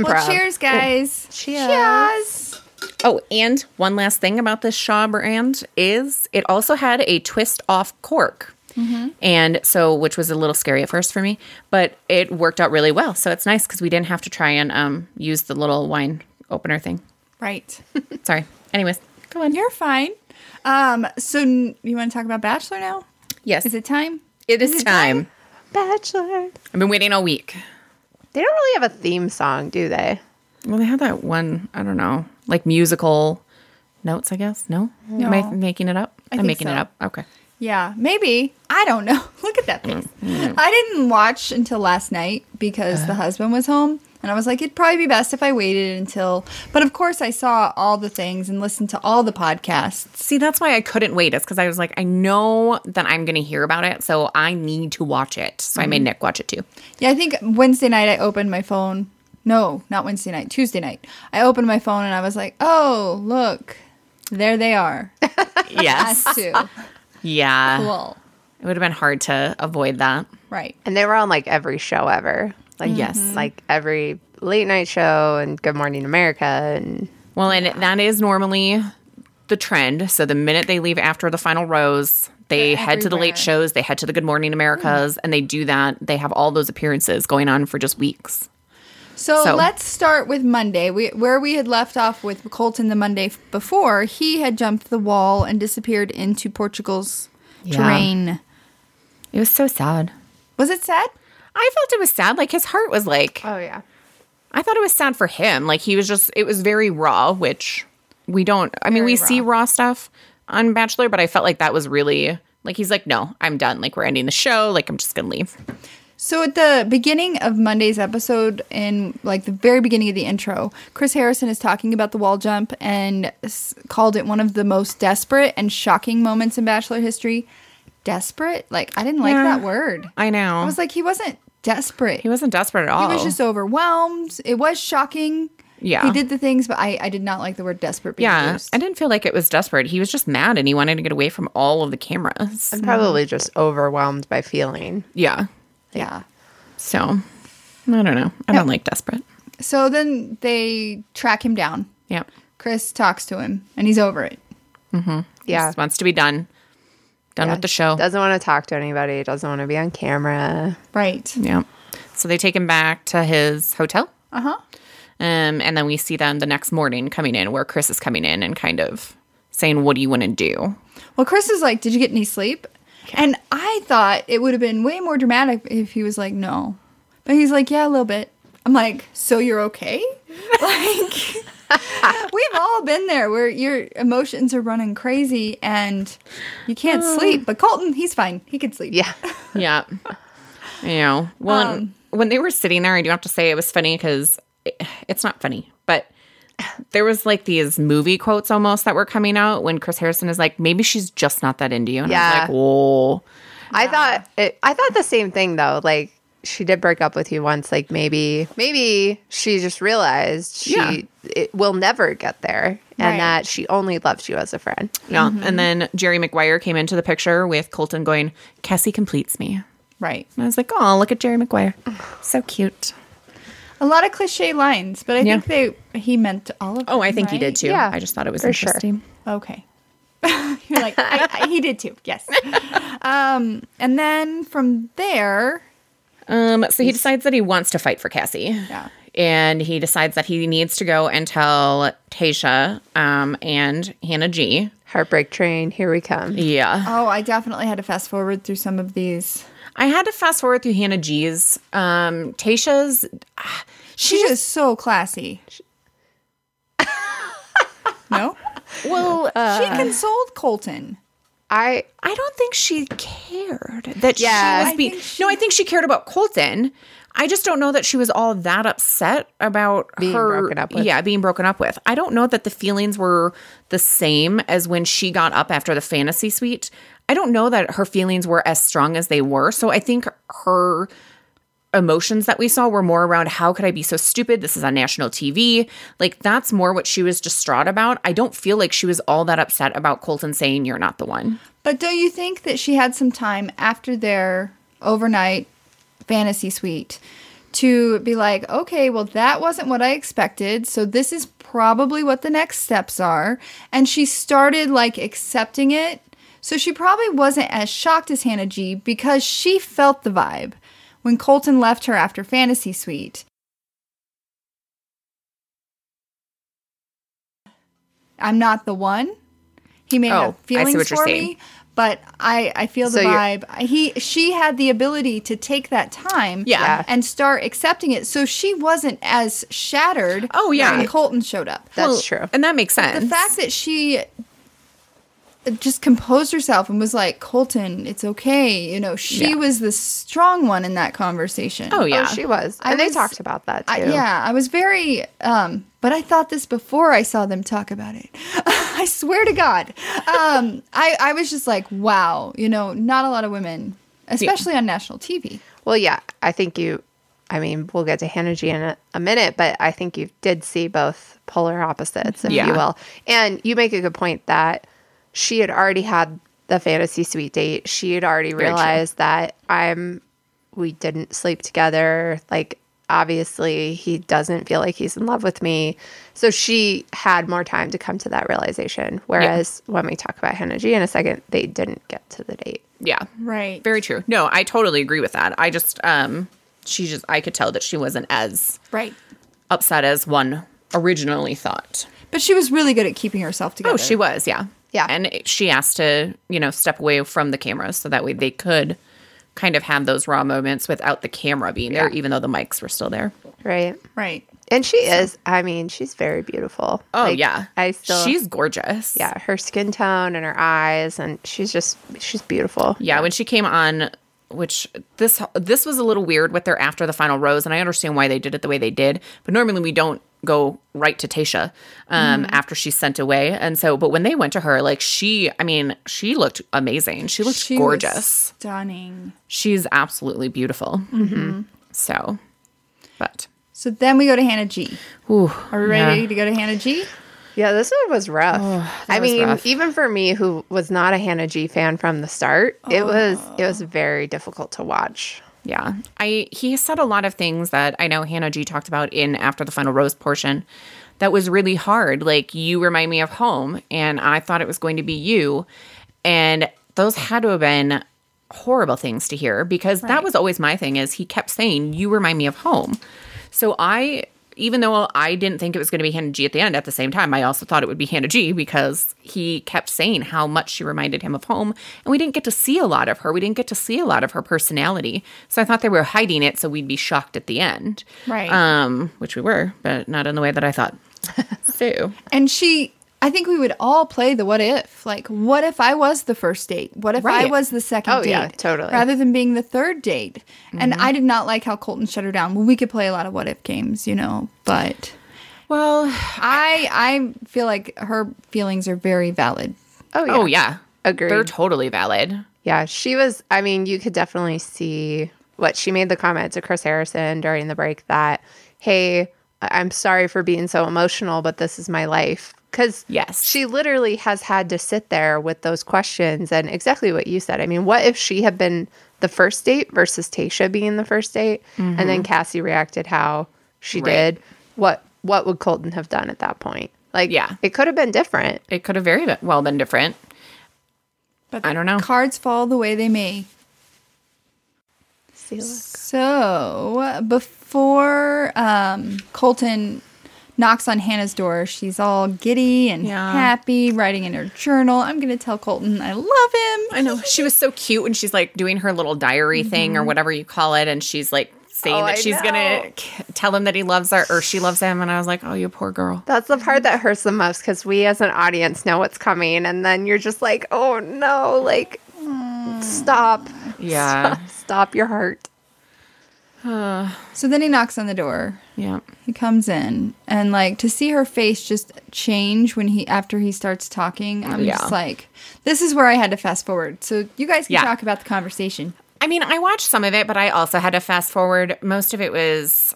[SPEAKER 3] Well, cheers, guys.
[SPEAKER 2] Cheers.
[SPEAKER 3] Cheers.
[SPEAKER 1] Oh, and one last thing about this Shaw brand is it also had a twist off cork. And so, which was a little scary at first for me, but it worked out really well. So it's nice because we didn't have to try and um, use the little wine opener thing.
[SPEAKER 3] Right.
[SPEAKER 1] Sorry. Anyways, go on.
[SPEAKER 3] You're fine. Um, so n- you want to talk about Bachelor now?
[SPEAKER 1] Yes,
[SPEAKER 3] Is it time?
[SPEAKER 1] it is time.
[SPEAKER 2] Bachelor.
[SPEAKER 1] I've been waiting all week.
[SPEAKER 2] They don't really have a theme song, do they?
[SPEAKER 1] Well, they had that one, I don't know, like musical notes, I guess. No? Am I
[SPEAKER 3] No.
[SPEAKER 1] making it up? I am
[SPEAKER 3] think
[SPEAKER 1] making it
[SPEAKER 3] so.
[SPEAKER 1] up. Okay.
[SPEAKER 3] Yeah, maybe. I don't know. Look at
[SPEAKER 1] Mm,
[SPEAKER 3] that face. I didn't watch until last night because
[SPEAKER 1] Uh-huh.
[SPEAKER 3] the husband was home. And I was like, it'd probably be best if I waited until. But of course, I saw all the things and listened to all the podcasts.
[SPEAKER 1] See, that's why I couldn't wait. It's because I was like, I know that I'm going to hear about it. So I need to watch it. So I made
[SPEAKER 3] Mm-hmm.
[SPEAKER 1] Nick watch it too.
[SPEAKER 3] Yeah, I think Wednesday night I opened my phone. No, not Wednesday night, Tuesday night. I opened my phone and I was like, oh, look, there they are.
[SPEAKER 1] Yes.
[SPEAKER 3] Us two.
[SPEAKER 1] yeah.
[SPEAKER 3] Cool.
[SPEAKER 1] It would have been hard to avoid that.
[SPEAKER 3] Right.
[SPEAKER 2] And they were on like every show ever. Like Mm-hmm.
[SPEAKER 1] Yes.
[SPEAKER 2] like every late night show and Good Morning America and
[SPEAKER 1] Well, and that is normally the trend. So the minute they leave after the final rose, they
[SPEAKER 3] They're
[SPEAKER 1] head to the
[SPEAKER 3] everywhere. Mm-hmm.
[SPEAKER 1] late shows, they head to the Good Morning Americas, and they do that. They have all those appearances going on for just weeks.
[SPEAKER 3] So,
[SPEAKER 1] So-
[SPEAKER 3] let's start with Monday. We, where we had left off with Colton the Monday f- before, he had jumped the wall and disappeared into Portugal's
[SPEAKER 1] Yeah.
[SPEAKER 3] terrain.
[SPEAKER 1] It was so sad.
[SPEAKER 3] Was it sad?
[SPEAKER 1] I felt it was sad. Like his heart was like,
[SPEAKER 2] Oh yeah.
[SPEAKER 1] I thought it was sad for him. Like he was just, it was very raw, which we don't, I mean, we see raw stuff on Bachelor, but I felt like that was really, like he's like, no, I'm done. Like we're ending the show. Like I'm just going to leave.
[SPEAKER 3] So at the beginning of Monday's episode, in like the very beginning of the intro, Chris Harrison is talking about the wall jump and s- called it one of the most desperate and shocking moments in Bachelor history. Desperate? Like I didn't like
[SPEAKER 1] Yeah.
[SPEAKER 3] that word.
[SPEAKER 1] I know.
[SPEAKER 3] I was like, he wasn't desperate.
[SPEAKER 1] he wasn't desperate at all.
[SPEAKER 3] He was just overwhelmed. It was shocking.
[SPEAKER 1] Oh. Yeah.
[SPEAKER 3] He did the things, but I, I did not like the word desperate being
[SPEAKER 1] Yeah,
[SPEAKER 3] used.
[SPEAKER 1] I didn't feel like it was desperate. He was just mad and he wanted to get away from all of the cameras.
[SPEAKER 2] Probably just overwhelmed by feeling.
[SPEAKER 1] Yeah.
[SPEAKER 3] yeah.
[SPEAKER 1] So I don't know. I don't like desperate.
[SPEAKER 3] So then they track him down.
[SPEAKER 1] Yeah.
[SPEAKER 3] Chris talks to him and he's over it.
[SPEAKER 2] Yeah.
[SPEAKER 1] Just wants to be done. Done with the show.
[SPEAKER 2] Doesn't want to talk to anybody, doesn't want to be on camera.
[SPEAKER 3] Right.
[SPEAKER 1] yeah. So they take him back to his hotel.
[SPEAKER 3] Uh huh.
[SPEAKER 1] Um, and then we see them the next morning coming in where Chris is coming in and kind of saying, What do you want to do?
[SPEAKER 3] Well, Chris is like, Did you get any sleep? And I thought it would have been way more dramatic if he was like, No. But he's like, Yeah, a little bit. I'm like, So you're okay? like, we've all been there where your emotions are running crazy and you can't sleep. But Colton, he's fine. He can sleep.
[SPEAKER 2] Yeah.
[SPEAKER 1] Uh. yeah. Um, You know, well, and when they were sitting there, I do have to say it was funny because it's not funny, but there was like these movie quotes almost that were coming out when Chris Harrison is like, maybe she's just not that into you. And
[SPEAKER 2] Yeah.
[SPEAKER 1] I was like,
[SPEAKER 2] I thought it, I thought the same thing though. Like she did break up with you once. Like maybe maybe she just realized she
[SPEAKER 1] Yeah.
[SPEAKER 2] it will never get there, and
[SPEAKER 3] Right.
[SPEAKER 2] that she only loves you as a friend.
[SPEAKER 1] whoa. Yeah. And then Jerry Maguire came into the picture with Colton going, Cassie completes me.
[SPEAKER 3] Right.
[SPEAKER 1] And I was like, oh, look at Jerry Maguire. So cute.
[SPEAKER 3] A lot of cliche lines, but I
[SPEAKER 1] Yeah.
[SPEAKER 3] think they he meant all of them.
[SPEAKER 1] Oh, I think he
[SPEAKER 3] right?
[SPEAKER 1] did too.
[SPEAKER 2] Yeah,
[SPEAKER 1] I just thought it was
[SPEAKER 2] for sure.
[SPEAKER 1] interesting.
[SPEAKER 3] Okay. You're like, I, I, he did too. Yes. Um, and then from there,
[SPEAKER 1] Um, so he decides that he wants to fight for Cassie.
[SPEAKER 3] Yeah.
[SPEAKER 1] And he decides that he needs to go and tell Tasha um, and Hannah G.
[SPEAKER 2] Heartbreak train, here we come.
[SPEAKER 1] Yeah.
[SPEAKER 3] oh, I definitely had to fast forward through some of these.
[SPEAKER 1] I had to fast forward through Hannah G's. Um, Tasha's, ah, she
[SPEAKER 3] She
[SPEAKER 1] just,
[SPEAKER 3] is so classy. no,
[SPEAKER 1] well,
[SPEAKER 3] she consoled Colton.
[SPEAKER 2] Uh, I
[SPEAKER 1] I don't think she cared that
[SPEAKER 2] Yeah.
[SPEAKER 1] she was
[SPEAKER 3] I
[SPEAKER 1] being.
[SPEAKER 3] think she-
[SPEAKER 1] No, I think she cared about Colton. I just don't know that she was all that upset about
[SPEAKER 2] Being
[SPEAKER 1] her
[SPEAKER 2] broken up with.
[SPEAKER 1] Yeah, being broken up with. I don't know that the feelings were the same as when she got up after the fantasy suite. I don't know that her feelings were as strong as they were. So I think her emotions that we saw were more around how could I be so stupid? This is on national TV. Like that's more what she was distraught about. I don't feel like she was all that upset about Colton saying you're not the one.
[SPEAKER 3] But don't you think that she had some time after their overnight fantasy suite to be like, okay, well, that wasn't what I expected. So this is probably what the next steps are. And she started like accepting it. So she probably wasn't as shocked as Hannah G because she felt the vibe when Colton left her after fantasy suite. I'm not the one. He may
[SPEAKER 1] Oh,
[SPEAKER 3] have
[SPEAKER 1] I see
[SPEAKER 3] feelings
[SPEAKER 1] Oh, what you're
[SPEAKER 3] for
[SPEAKER 1] saying.
[SPEAKER 3] me, But I, I feel the
[SPEAKER 2] So you're-
[SPEAKER 3] vibe. He she had the ability to take that time
[SPEAKER 1] Yeah. Yeah.
[SPEAKER 3] and start accepting it. So she wasn't as shattered
[SPEAKER 1] Oh, yeah.
[SPEAKER 3] when Colton showed up.
[SPEAKER 2] That's true.
[SPEAKER 1] and that makes sense.
[SPEAKER 3] the fact that she just composed herself and was like, Colton, it's okay. You know, she
[SPEAKER 1] Yeah.
[SPEAKER 3] was the strong one in that conversation.
[SPEAKER 1] oh yeah,
[SPEAKER 2] Oh, she was.
[SPEAKER 3] I
[SPEAKER 2] And they
[SPEAKER 3] was-
[SPEAKER 2] talked about that too.
[SPEAKER 3] I, yeah, I was very, um, but I thought this before I saw them talk about it. I swear to God. Um, I, I was just like, wow, you know, not a lot of women, especially on national TV.
[SPEAKER 2] Well, yeah, I think you. I mean, we'll get to Hannah G in a, a minute, but I think you did see both polar opposites, if
[SPEAKER 1] Yeah.
[SPEAKER 2] you will. And you make a good point that she had already had the fantasy suite date. She had already
[SPEAKER 1] true.
[SPEAKER 2] realized that I'm. We didn't sleep together. Like, obviously, he doesn't feel like he's in love with me. So she had more time to come to that realization. Whereas when we talk about Hannah G in a second, they didn't get to the date.
[SPEAKER 1] yeah,
[SPEAKER 3] Right.
[SPEAKER 1] very true. No, I totally agree with that. I just um, she just I could tell that she wasn't as
[SPEAKER 3] Right.
[SPEAKER 1] upset as one originally thought.
[SPEAKER 3] But she was really good at keeping herself together.
[SPEAKER 1] Oh, she was, yeah.
[SPEAKER 2] Yeah.
[SPEAKER 1] And it- she asked to, you know, step away from the camera so that way they could kind of have those raw moments without the camera being there, even though the mics were still there.
[SPEAKER 2] Right.
[SPEAKER 3] Right.
[SPEAKER 2] And she is, I mean, she's very beautiful.
[SPEAKER 1] Oh,
[SPEAKER 2] Like,
[SPEAKER 1] yeah.
[SPEAKER 2] I still
[SPEAKER 1] She's gorgeous.
[SPEAKER 2] yeah, her skin tone and her eyes and she's just she's beautiful.
[SPEAKER 1] Yeah, when she came on, which this this was a little weird with her after the final rose, and I understand why they did it the way they did. But normally we don't go right to Tasha um,
[SPEAKER 3] Mm-hmm.
[SPEAKER 1] after she's sent away, and so but when they went to her, like she, I mean, she looked amazing. She looked
[SPEAKER 3] She was
[SPEAKER 1] gorgeous.
[SPEAKER 3] stunning.
[SPEAKER 1] She's absolutely beautiful.
[SPEAKER 3] Mm-hmm.
[SPEAKER 1] So, but
[SPEAKER 3] So then we go to Hannah G.
[SPEAKER 1] ooh,
[SPEAKER 3] Are we ready to go to Hannah G?
[SPEAKER 2] Yeah, this one was rough. I
[SPEAKER 1] Oh, was
[SPEAKER 2] mean,
[SPEAKER 1] rough.
[SPEAKER 2] even for me who was not a Hannah G fan from the start, it was it
[SPEAKER 1] Oh.
[SPEAKER 2] was very difficult to watch.
[SPEAKER 1] Yeah. I he said a lot of things that I know Hannah G talked about in after the final rose portion that was really hard. Like you remind me of home and I thought it was going to be you and those had to have been horrible things to hear because that was always my thing is he kept saying you remind me of home. So I even though I didn't think it was going to be Hannah G at the end, at the same time, I also thought it would be Hannah G because he kept saying how much she reminded him of home. And we didn't get to see a lot of her. We didn't get to see a lot of her personality. So I thought they were hiding it so we'd be shocked at the end.
[SPEAKER 3] Right.
[SPEAKER 1] Um, which we were, but not in the way that I thought. so
[SPEAKER 3] And she, I think we would all play the what if. Like, what if I was the first date? What if I
[SPEAKER 1] Right.
[SPEAKER 3] was the second
[SPEAKER 2] Oh,
[SPEAKER 3] date?
[SPEAKER 2] yeah, totally. Mm-hmm.
[SPEAKER 3] Rather than being the third date. And I did not like how Colton shut her down. Well, we could play a lot of what if games, you know, but
[SPEAKER 1] well
[SPEAKER 3] I I feel like her feelings are very valid.
[SPEAKER 2] Oh yeah.
[SPEAKER 1] Oh yeah.
[SPEAKER 2] Agreed.
[SPEAKER 1] They're totally valid.
[SPEAKER 2] Yeah, she was. I mean, you could definitely see what she made the comment to Chris Harrison during the break that, hey, I- I'm sorry for being so emotional, but this is my life. Because
[SPEAKER 1] Yes.
[SPEAKER 2] she literally has had to sit there with those questions and exactly what you said. I mean, what if she had been the first date versus Tasha being the first date, and then Cassie reacted how she
[SPEAKER 1] Mm-hmm. Right.
[SPEAKER 2] did? What what would Colton have done at that point? Like,
[SPEAKER 1] Yeah.
[SPEAKER 2] it could have been different.
[SPEAKER 1] It could have very be- well been different.
[SPEAKER 3] But
[SPEAKER 1] I don't know.
[SPEAKER 3] Cards fall the way they may. So before um, Colton knocks on Hannah's door, she's all giddy and
[SPEAKER 1] Yeah.
[SPEAKER 3] happy, writing in her journal. I'm gonna tell Colton I love him.
[SPEAKER 1] I know. She was so cute and she's like doing her little diary thing
[SPEAKER 3] Mm-hmm.
[SPEAKER 1] or whatever you call it. And she's like saying
[SPEAKER 2] Oh,
[SPEAKER 1] that
[SPEAKER 2] I
[SPEAKER 1] she's going
[SPEAKER 2] know.
[SPEAKER 1] to k- tell him that he loves her or she loves him. And I was like, oh, you poor girl.
[SPEAKER 2] That's the part that hurts the most because we as an audience know what's coming, and then you're just like, oh no, like, stop.
[SPEAKER 1] Yeah.
[SPEAKER 2] Stop, stop your heart.
[SPEAKER 3] So then he knocks on the door.
[SPEAKER 1] Yeah.
[SPEAKER 3] He comes in and like to see her face just change when he after he starts talking. I'm
[SPEAKER 1] Yeah.
[SPEAKER 3] just like, this is where I had to fast forward. So you guys can
[SPEAKER 1] Yeah.
[SPEAKER 3] talk about the conversation.
[SPEAKER 1] I mean, I watched some of it, but I also had to fast forward. Most of it was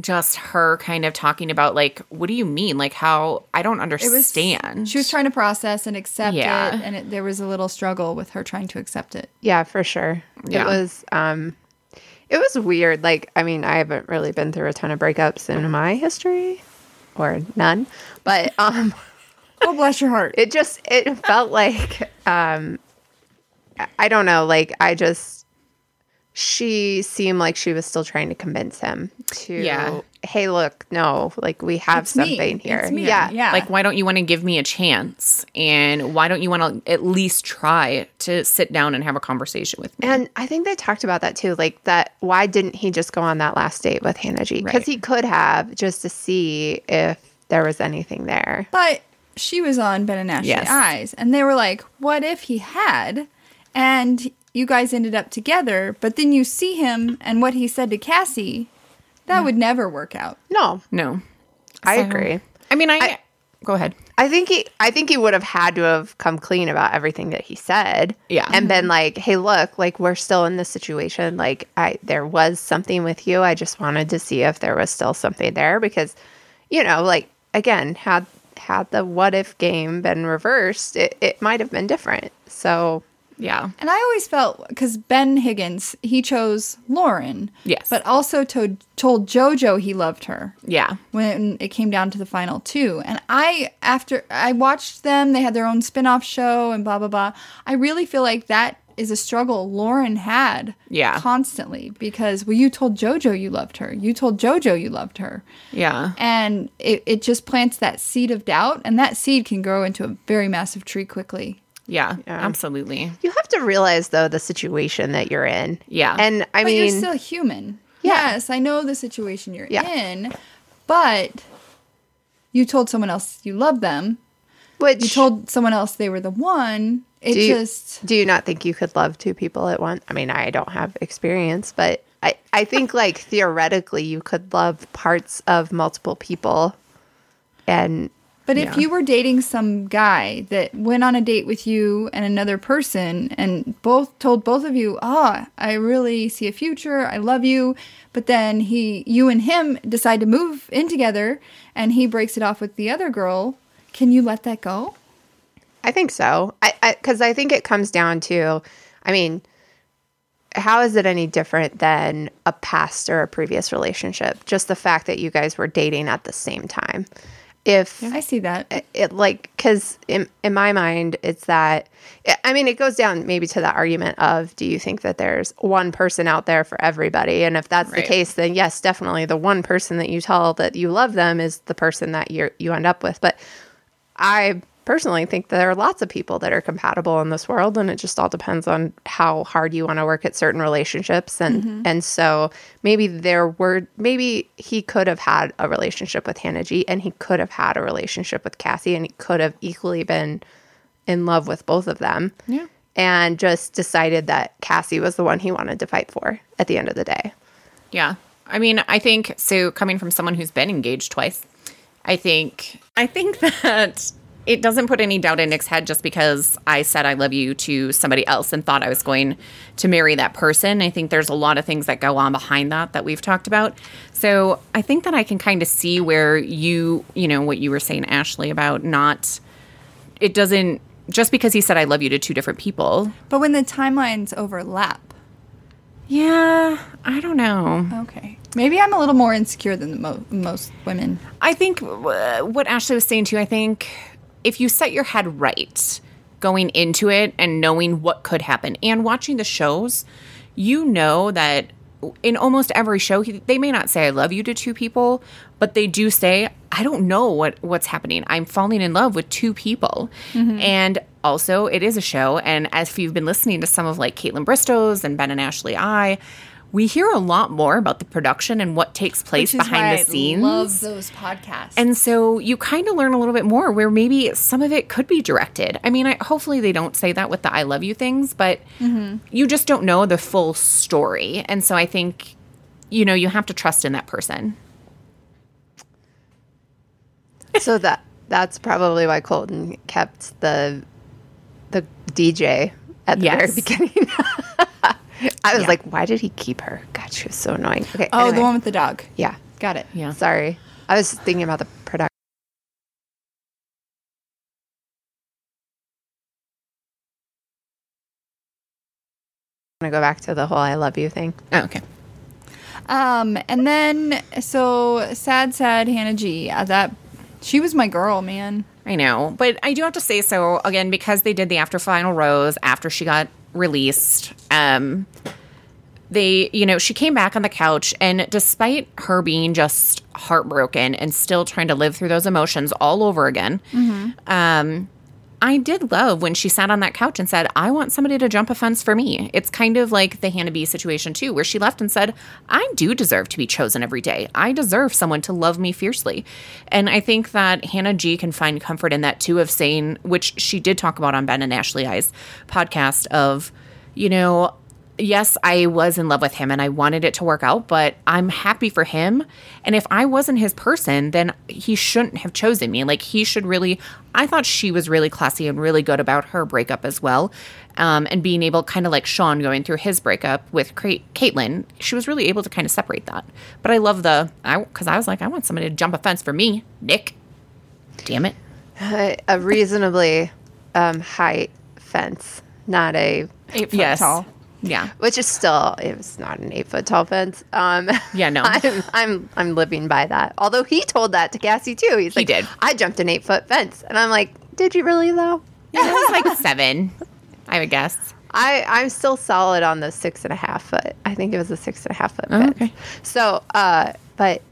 [SPEAKER 1] just her kind of talking about, like, what do you mean? Like, how I don't
[SPEAKER 3] It was
[SPEAKER 1] understand.
[SPEAKER 3] She was trying to process and accept
[SPEAKER 1] Yeah.
[SPEAKER 3] it, and it, there was a little struggle with her trying to accept it.
[SPEAKER 2] Yeah, for sure.
[SPEAKER 1] Yeah.
[SPEAKER 2] It was, um, it was weird. Like, I mean, I haven't really been through a ton of breakups in my history, or none, but um,
[SPEAKER 3] Oh, bless your heart.
[SPEAKER 2] it just it felt like um, I- I don't know. Like, I just she seemed like she was still trying to convince him to
[SPEAKER 1] Yeah.
[SPEAKER 2] hey look no like we have
[SPEAKER 3] It's me.
[SPEAKER 2] something here
[SPEAKER 3] It's me.
[SPEAKER 2] yeah
[SPEAKER 3] Yeah.
[SPEAKER 1] Like, why don't you want to give me a chance? And why don't you want to at least try to sit down and have a conversation with me?
[SPEAKER 2] and i think they talked about that too like that why didn't he just go on that last date with hannah g because
[SPEAKER 1] Right.
[SPEAKER 2] he could have just to see if there was anything there
[SPEAKER 3] But she was on Ben and Ashley
[SPEAKER 1] Yes.
[SPEAKER 3] Eyes, and they were like, "What if he had?" And you guys ended up together, but then you see him and what he said to Cassie. That would never work out.
[SPEAKER 2] no
[SPEAKER 1] No.
[SPEAKER 2] i
[SPEAKER 1] So-
[SPEAKER 2] agree
[SPEAKER 1] I mean, I, go ahead.
[SPEAKER 2] I think he I think he would have had to have come clean about everything that he said.
[SPEAKER 1] Yeah.
[SPEAKER 2] And been like, hey, look, like we're still in this situation. Like I there was something with you. I just wanted to see if there was still something there because, you know, like again, had had the what if game been reversed, it, it might have been different. So
[SPEAKER 1] Yeah.
[SPEAKER 3] And I always felt because Ben Higgins he chose Lauren,
[SPEAKER 1] Yes.
[SPEAKER 3] but also to- told JoJo he loved her.
[SPEAKER 1] Yeah.
[SPEAKER 3] when it came down to the final two. And I, after I watched them, they had their own spin off show and blah, blah, blah. I really feel like that is a struggle Lauren had
[SPEAKER 1] Yeah.
[SPEAKER 3] constantly because, well, you told JoJo you loved her. You told JoJo you loved her.
[SPEAKER 1] Yeah.
[SPEAKER 3] And it, it just plants that seed of doubt, and that seed can grow into a very massive tree quickly.
[SPEAKER 1] Yeah. Absolutely.
[SPEAKER 2] you have to realize though the situation that you're in.
[SPEAKER 1] Yeah.
[SPEAKER 2] And I
[SPEAKER 3] but
[SPEAKER 2] mean
[SPEAKER 3] you're still human.
[SPEAKER 2] Yeah.
[SPEAKER 3] Yes, I know the situation you're
[SPEAKER 2] Yeah.
[SPEAKER 3] in, but you told someone else you love them,
[SPEAKER 2] which
[SPEAKER 3] you told someone else they were the one. It
[SPEAKER 2] do you,
[SPEAKER 3] just
[SPEAKER 2] do you not think you could love two people at once? I mean, I don't have experience, but I, I think like theoretically you could love parts of multiple people and
[SPEAKER 3] but if you were dating some guy that went on a date with you and another person and both told both of you, "Ah, I really see a future. I love you." But then he you and him decide to move in together and he breaks it off with the other girl, can you let that go?
[SPEAKER 2] I think so. I, I cuz I think it comes down to I mean, how is it any different than a past or a previous relationship? Just the fact that you guys were dating at the same time. If
[SPEAKER 3] I see that.
[SPEAKER 2] it like because in, in my mind it's that I- i mean it goes down maybe to the argument of do you think that there's one person out there for everybody and if that's the
[SPEAKER 1] Right.
[SPEAKER 2] case then yes definitely the one person that you tell that you love them is the person that you you end up with but i personally think there are lots of people that are compatible in this world and it just all depends on how hard you want to work at certain relationships and and so maybe there were maybe he could have had a relationship with Hannah G and he could have had a relationship with Cassie and he could have equally been in love with both of them
[SPEAKER 1] Yeah.
[SPEAKER 2] and just decided that Cassie was the one he wanted to fight for at the end of the day
[SPEAKER 1] Yeah. I mean, I think so coming from someone who's been engaged twice, I think I think that it doesn't put any doubt in Nick's head just because I said I love you to somebody else and thought I was going to marry that person. I think there's a lot of things that go on behind that that we've talked about. So, I think that I can kind of see where you, you know, what you were saying Ashley about not it doesn't just because he said I love you to two different people.
[SPEAKER 3] But when the timelines overlap,
[SPEAKER 1] Yeah, I don't know.
[SPEAKER 3] okay. Maybe I'm a little more insecure than the mo- most women.
[SPEAKER 1] I think uh, what Ashley was saying too, I think if you set your head right going into it and knowing what could happen and watching the shows, you know that in almost every show he- they may not say i love you to two people but they do say i don't know what what's happening i'm falling in love with two people
[SPEAKER 3] Mm-hmm.
[SPEAKER 1] and also it is a show and as if you've been listening to some of like caitlin bristow's and ben and ashley i we hear a lot more about the production and what takes place
[SPEAKER 3] Which is
[SPEAKER 1] behind
[SPEAKER 3] why
[SPEAKER 1] the
[SPEAKER 3] I
[SPEAKER 1] scenes
[SPEAKER 3] love those podcasts.
[SPEAKER 1] and so you kind of learn a little bit more where maybe some of it could be directed. I mean, I, hopefully they don't say that with the I love you things, but you just don't know the full story. And so I think, you know, you have to trust in that person.
[SPEAKER 2] so that that's probably why Colton kept the the DJ at the very
[SPEAKER 1] Yes.
[SPEAKER 2] beginning. I was like, why did he keep her? God, she was so annoying. Okay.
[SPEAKER 3] oh, the
[SPEAKER 2] anyway.
[SPEAKER 3] one with the dog.
[SPEAKER 2] Yeah.
[SPEAKER 3] Got it.
[SPEAKER 1] Yeah.
[SPEAKER 2] Sorry, I was thinking about the production. I'm gonna go back to the whole "I love you" thing.
[SPEAKER 1] Oh, okay.
[SPEAKER 3] Um, and then so sad, sad Hannah G. Uh, that she was my girl, man.
[SPEAKER 1] I know. But I do have to say so again, because they did the after final rose after she got released, um, They, you know, she came back on the couch, and despite her being just heartbroken and still trying to live through those emotions all over again, um, I did love when she sat on that couch and said, I want somebody to jump a fence for me. It's kind of like the Hannah B situation, too, where she left and said, I do deserve to be chosen every day. I deserve someone to love me fiercely. And I think that Hannah G can find comfort in that, too, of saying, which she did talk about on Ben and Ashley I's podcast, of, you know, yes, I was in love with him and I wanted it to work out, but I'm happy for him. And if I wasn't his person, then he shouldn't have chosen me. Like, he should really, I thought she was really classy and really good about her breakup as well. Um, and being able, kind of like Sean going through his breakup with Cra- Caitlin, she was really able to kind of separate that. But I love the, I because I was like, I want somebody to jump a fence for me, Nick. Damn it.
[SPEAKER 2] a, a reasonably um, high fence, not a
[SPEAKER 3] Eight foot tall.
[SPEAKER 1] Yeah.
[SPEAKER 2] which is still it was not an eight foot tall fence. Um,
[SPEAKER 1] Yeah, no.
[SPEAKER 2] I'm, I'm I'm living by that. Although he told that to Cassie too. He's like,
[SPEAKER 1] did.
[SPEAKER 2] I jumped an eight foot fence, and I'm like, did you really though?
[SPEAKER 1] It was like seven, I would guess.
[SPEAKER 2] I I'm still solid on the six and a half foot. I think it was a six and a half foot
[SPEAKER 1] Oh,
[SPEAKER 2] fence.
[SPEAKER 1] okay.
[SPEAKER 2] So, uh, but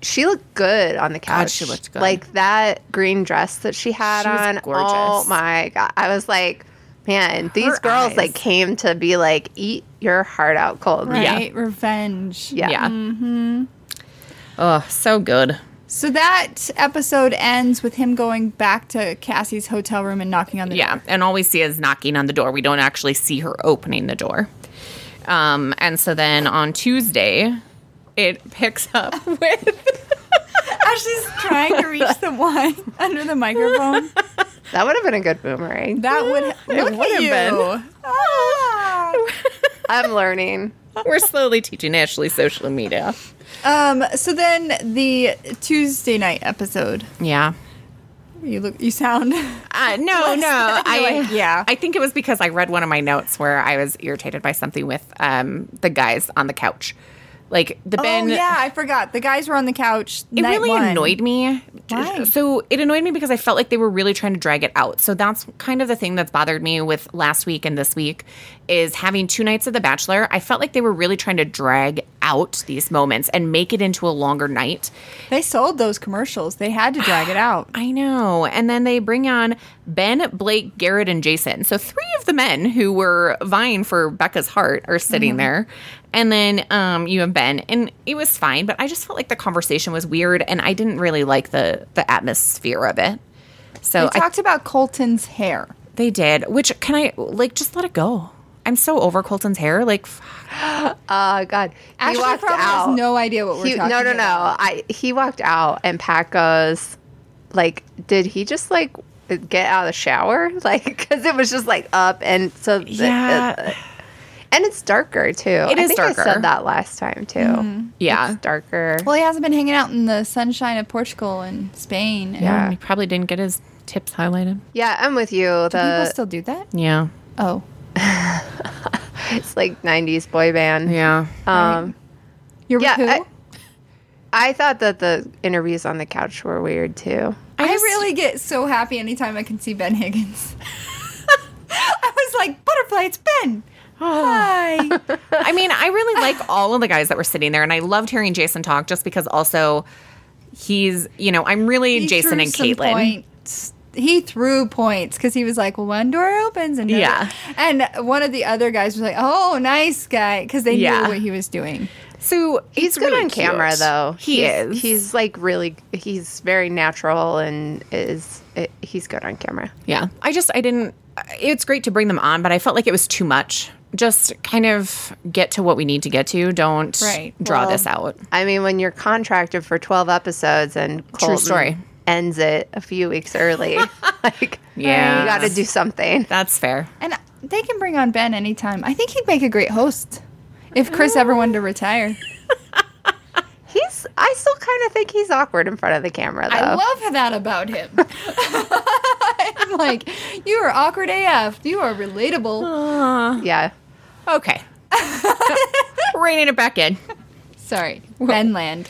[SPEAKER 2] she looked good on the couch.
[SPEAKER 1] God, she looked good.
[SPEAKER 2] Like that green dress that she had
[SPEAKER 1] She was
[SPEAKER 2] on.
[SPEAKER 1] gorgeous.
[SPEAKER 2] Oh my god! I was like, man, these
[SPEAKER 1] Her
[SPEAKER 2] girls
[SPEAKER 1] eyes.
[SPEAKER 2] like came to be like, eat your heart out cold.
[SPEAKER 1] Yeah.
[SPEAKER 3] Right? Revenge.
[SPEAKER 2] Yeah.
[SPEAKER 1] Yeah. Oh, so good.
[SPEAKER 3] So that episode ends with him going back to Cassie's hotel room and knocking on the
[SPEAKER 1] Yeah.
[SPEAKER 3] door.
[SPEAKER 1] And all we see is knocking on the door. We don't actually see her opening the door. Um, and so then on Tuesday, it picks up with
[SPEAKER 3] Ashley's trying to reach the wine under the microphone.
[SPEAKER 2] That would have been a good boomerang.
[SPEAKER 3] That would look
[SPEAKER 1] would
[SPEAKER 3] at
[SPEAKER 1] have
[SPEAKER 3] you.
[SPEAKER 1] been.
[SPEAKER 3] Ah.
[SPEAKER 2] I'm learning.
[SPEAKER 1] we're slowly teaching Ashley social media.
[SPEAKER 3] Um. So then the Tuesday night episode.
[SPEAKER 1] Yeah.
[SPEAKER 3] You look. You sound.
[SPEAKER 1] Uh, no, no. I
[SPEAKER 3] like, yeah.
[SPEAKER 1] I think it was because I read one of my notes where I was irritated by something with um, the guys on the couch, like the Ben.
[SPEAKER 3] oh yeah, I forgot. The guys were on the couch.
[SPEAKER 1] It really annoyed me.
[SPEAKER 3] Why?
[SPEAKER 1] So it annoyed me because I felt like they were really trying to drag it out. So that's kind of the thing that's bothered me with last week and this week is having two nights of The Bachelor. I felt like they were really trying to drag out these moments and make it into a longer night.
[SPEAKER 3] They sold those commercials. They had to drag it out.
[SPEAKER 1] I know. And then they bring on Ben, Blake, Garrett, and Jason. So three of the men who were vying for Becca's heart are sitting there. And then um, you have Ben, and it was fine, but I just felt like the conversation was weird, and I didn't really like the the atmosphere of it. So
[SPEAKER 3] They
[SPEAKER 1] I,
[SPEAKER 3] talked about Colton's hair.
[SPEAKER 1] they did. Which can I like just let it go? I'm so over Colton's hair. Like, f-
[SPEAKER 2] Oh God, he
[SPEAKER 3] Ashley
[SPEAKER 2] walked
[SPEAKER 3] probably
[SPEAKER 2] out.
[SPEAKER 3] has no idea what we're
[SPEAKER 2] He-
[SPEAKER 3] talking
[SPEAKER 2] no, no,
[SPEAKER 3] about.
[SPEAKER 2] no. I he walked out, and Pat goes, like, did he just like get out of the shower? Like, because it was just like up, and so the-
[SPEAKER 1] Yeah.
[SPEAKER 2] uh, and it's darker too. It
[SPEAKER 1] is
[SPEAKER 2] I think I
[SPEAKER 1] darker. Mm-hmm.
[SPEAKER 2] said that last time too.
[SPEAKER 1] yeah.
[SPEAKER 2] It's darker.
[SPEAKER 3] Well, he hasn't been hanging out in the sunshine of Portugal and Spain. and-
[SPEAKER 1] Um, he probably didn't get his tips highlighted.
[SPEAKER 2] yeah, I'm with you.
[SPEAKER 3] People
[SPEAKER 2] The
[SPEAKER 3] still do that?
[SPEAKER 1] Yeah.
[SPEAKER 3] Oh.
[SPEAKER 2] it's like '90s boy band.
[SPEAKER 1] Yeah.
[SPEAKER 2] Um,
[SPEAKER 3] You're
[SPEAKER 2] yeah.
[SPEAKER 3] with who?
[SPEAKER 2] I, I thought that the interviews on the couch were weird too.
[SPEAKER 3] I,
[SPEAKER 1] just-
[SPEAKER 3] really get so happy anytime I can see Ben Higgins. I was like, butterfly, it's Ben.
[SPEAKER 1] Ah.
[SPEAKER 3] Hi.
[SPEAKER 1] I mean, I really like all of the guys that were sitting there, and I loved hearing Jason talk just because also he's, you know, I'm really
[SPEAKER 3] He
[SPEAKER 1] Jason
[SPEAKER 3] threw
[SPEAKER 1] and
[SPEAKER 3] some
[SPEAKER 1] Caitlin.
[SPEAKER 3] points. He threw points because he was like, well, one door opens and
[SPEAKER 1] Yeah.
[SPEAKER 3] and one of the other guys was like, oh, nice guy, because they
[SPEAKER 1] Yeah.
[SPEAKER 3] knew what he was doing.
[SPEAKER 1] So
[SPEAKER 2] He's
[SPEAKER 1] it's
[SPEAKER 2] good
[SPEAKER 1] really
[SPEAKER 2] on camera,
[SPEAKER 1] cute.
[SPEAKER 2] though.
[SPEAKER 1] He
[SPEAKER 2] He's-
[SPEAKER 1] is.
[SPEAKER 2] He's like really. He's very natural and is. It, he's good on camera.
[SPEAKER 1] yeah. I just I didn't. It's great to bring them on, but I felt like it was too much. Just kind of get to what we need to get to. Don't
[SPEAKER 3] Right.
[SPEAKER 1] draw
[SPEAKER 2] Well,
[SPEAKER 1] this out.
[SPEAKER 2] I mean, when you're contracted for twelve episodes and Colton
[SPEAKER 1] story.
[SPEAKER 2] ends it a few weeks early, like
[SPEAKER 1] Yeah.
[SPEAKER 2] you got to do something.
[SPEAKER 1] That's fair.
[SPEAKER 3] And they can bring on Ben anytime. I think he'd make a great host if Chris ever wanted to retire.
[SPEAKER 2] He's. I still kind of think he's awkward in front of the camera, though.
[SPEAKER 3] I love that about him. I'm like, you are awkward AF. You are relatable.
[SPEAKER 2] yeah.
[SPEAKER 1] Okay. Reining it back in.
[SPEAKER 3] Sorry, Benland.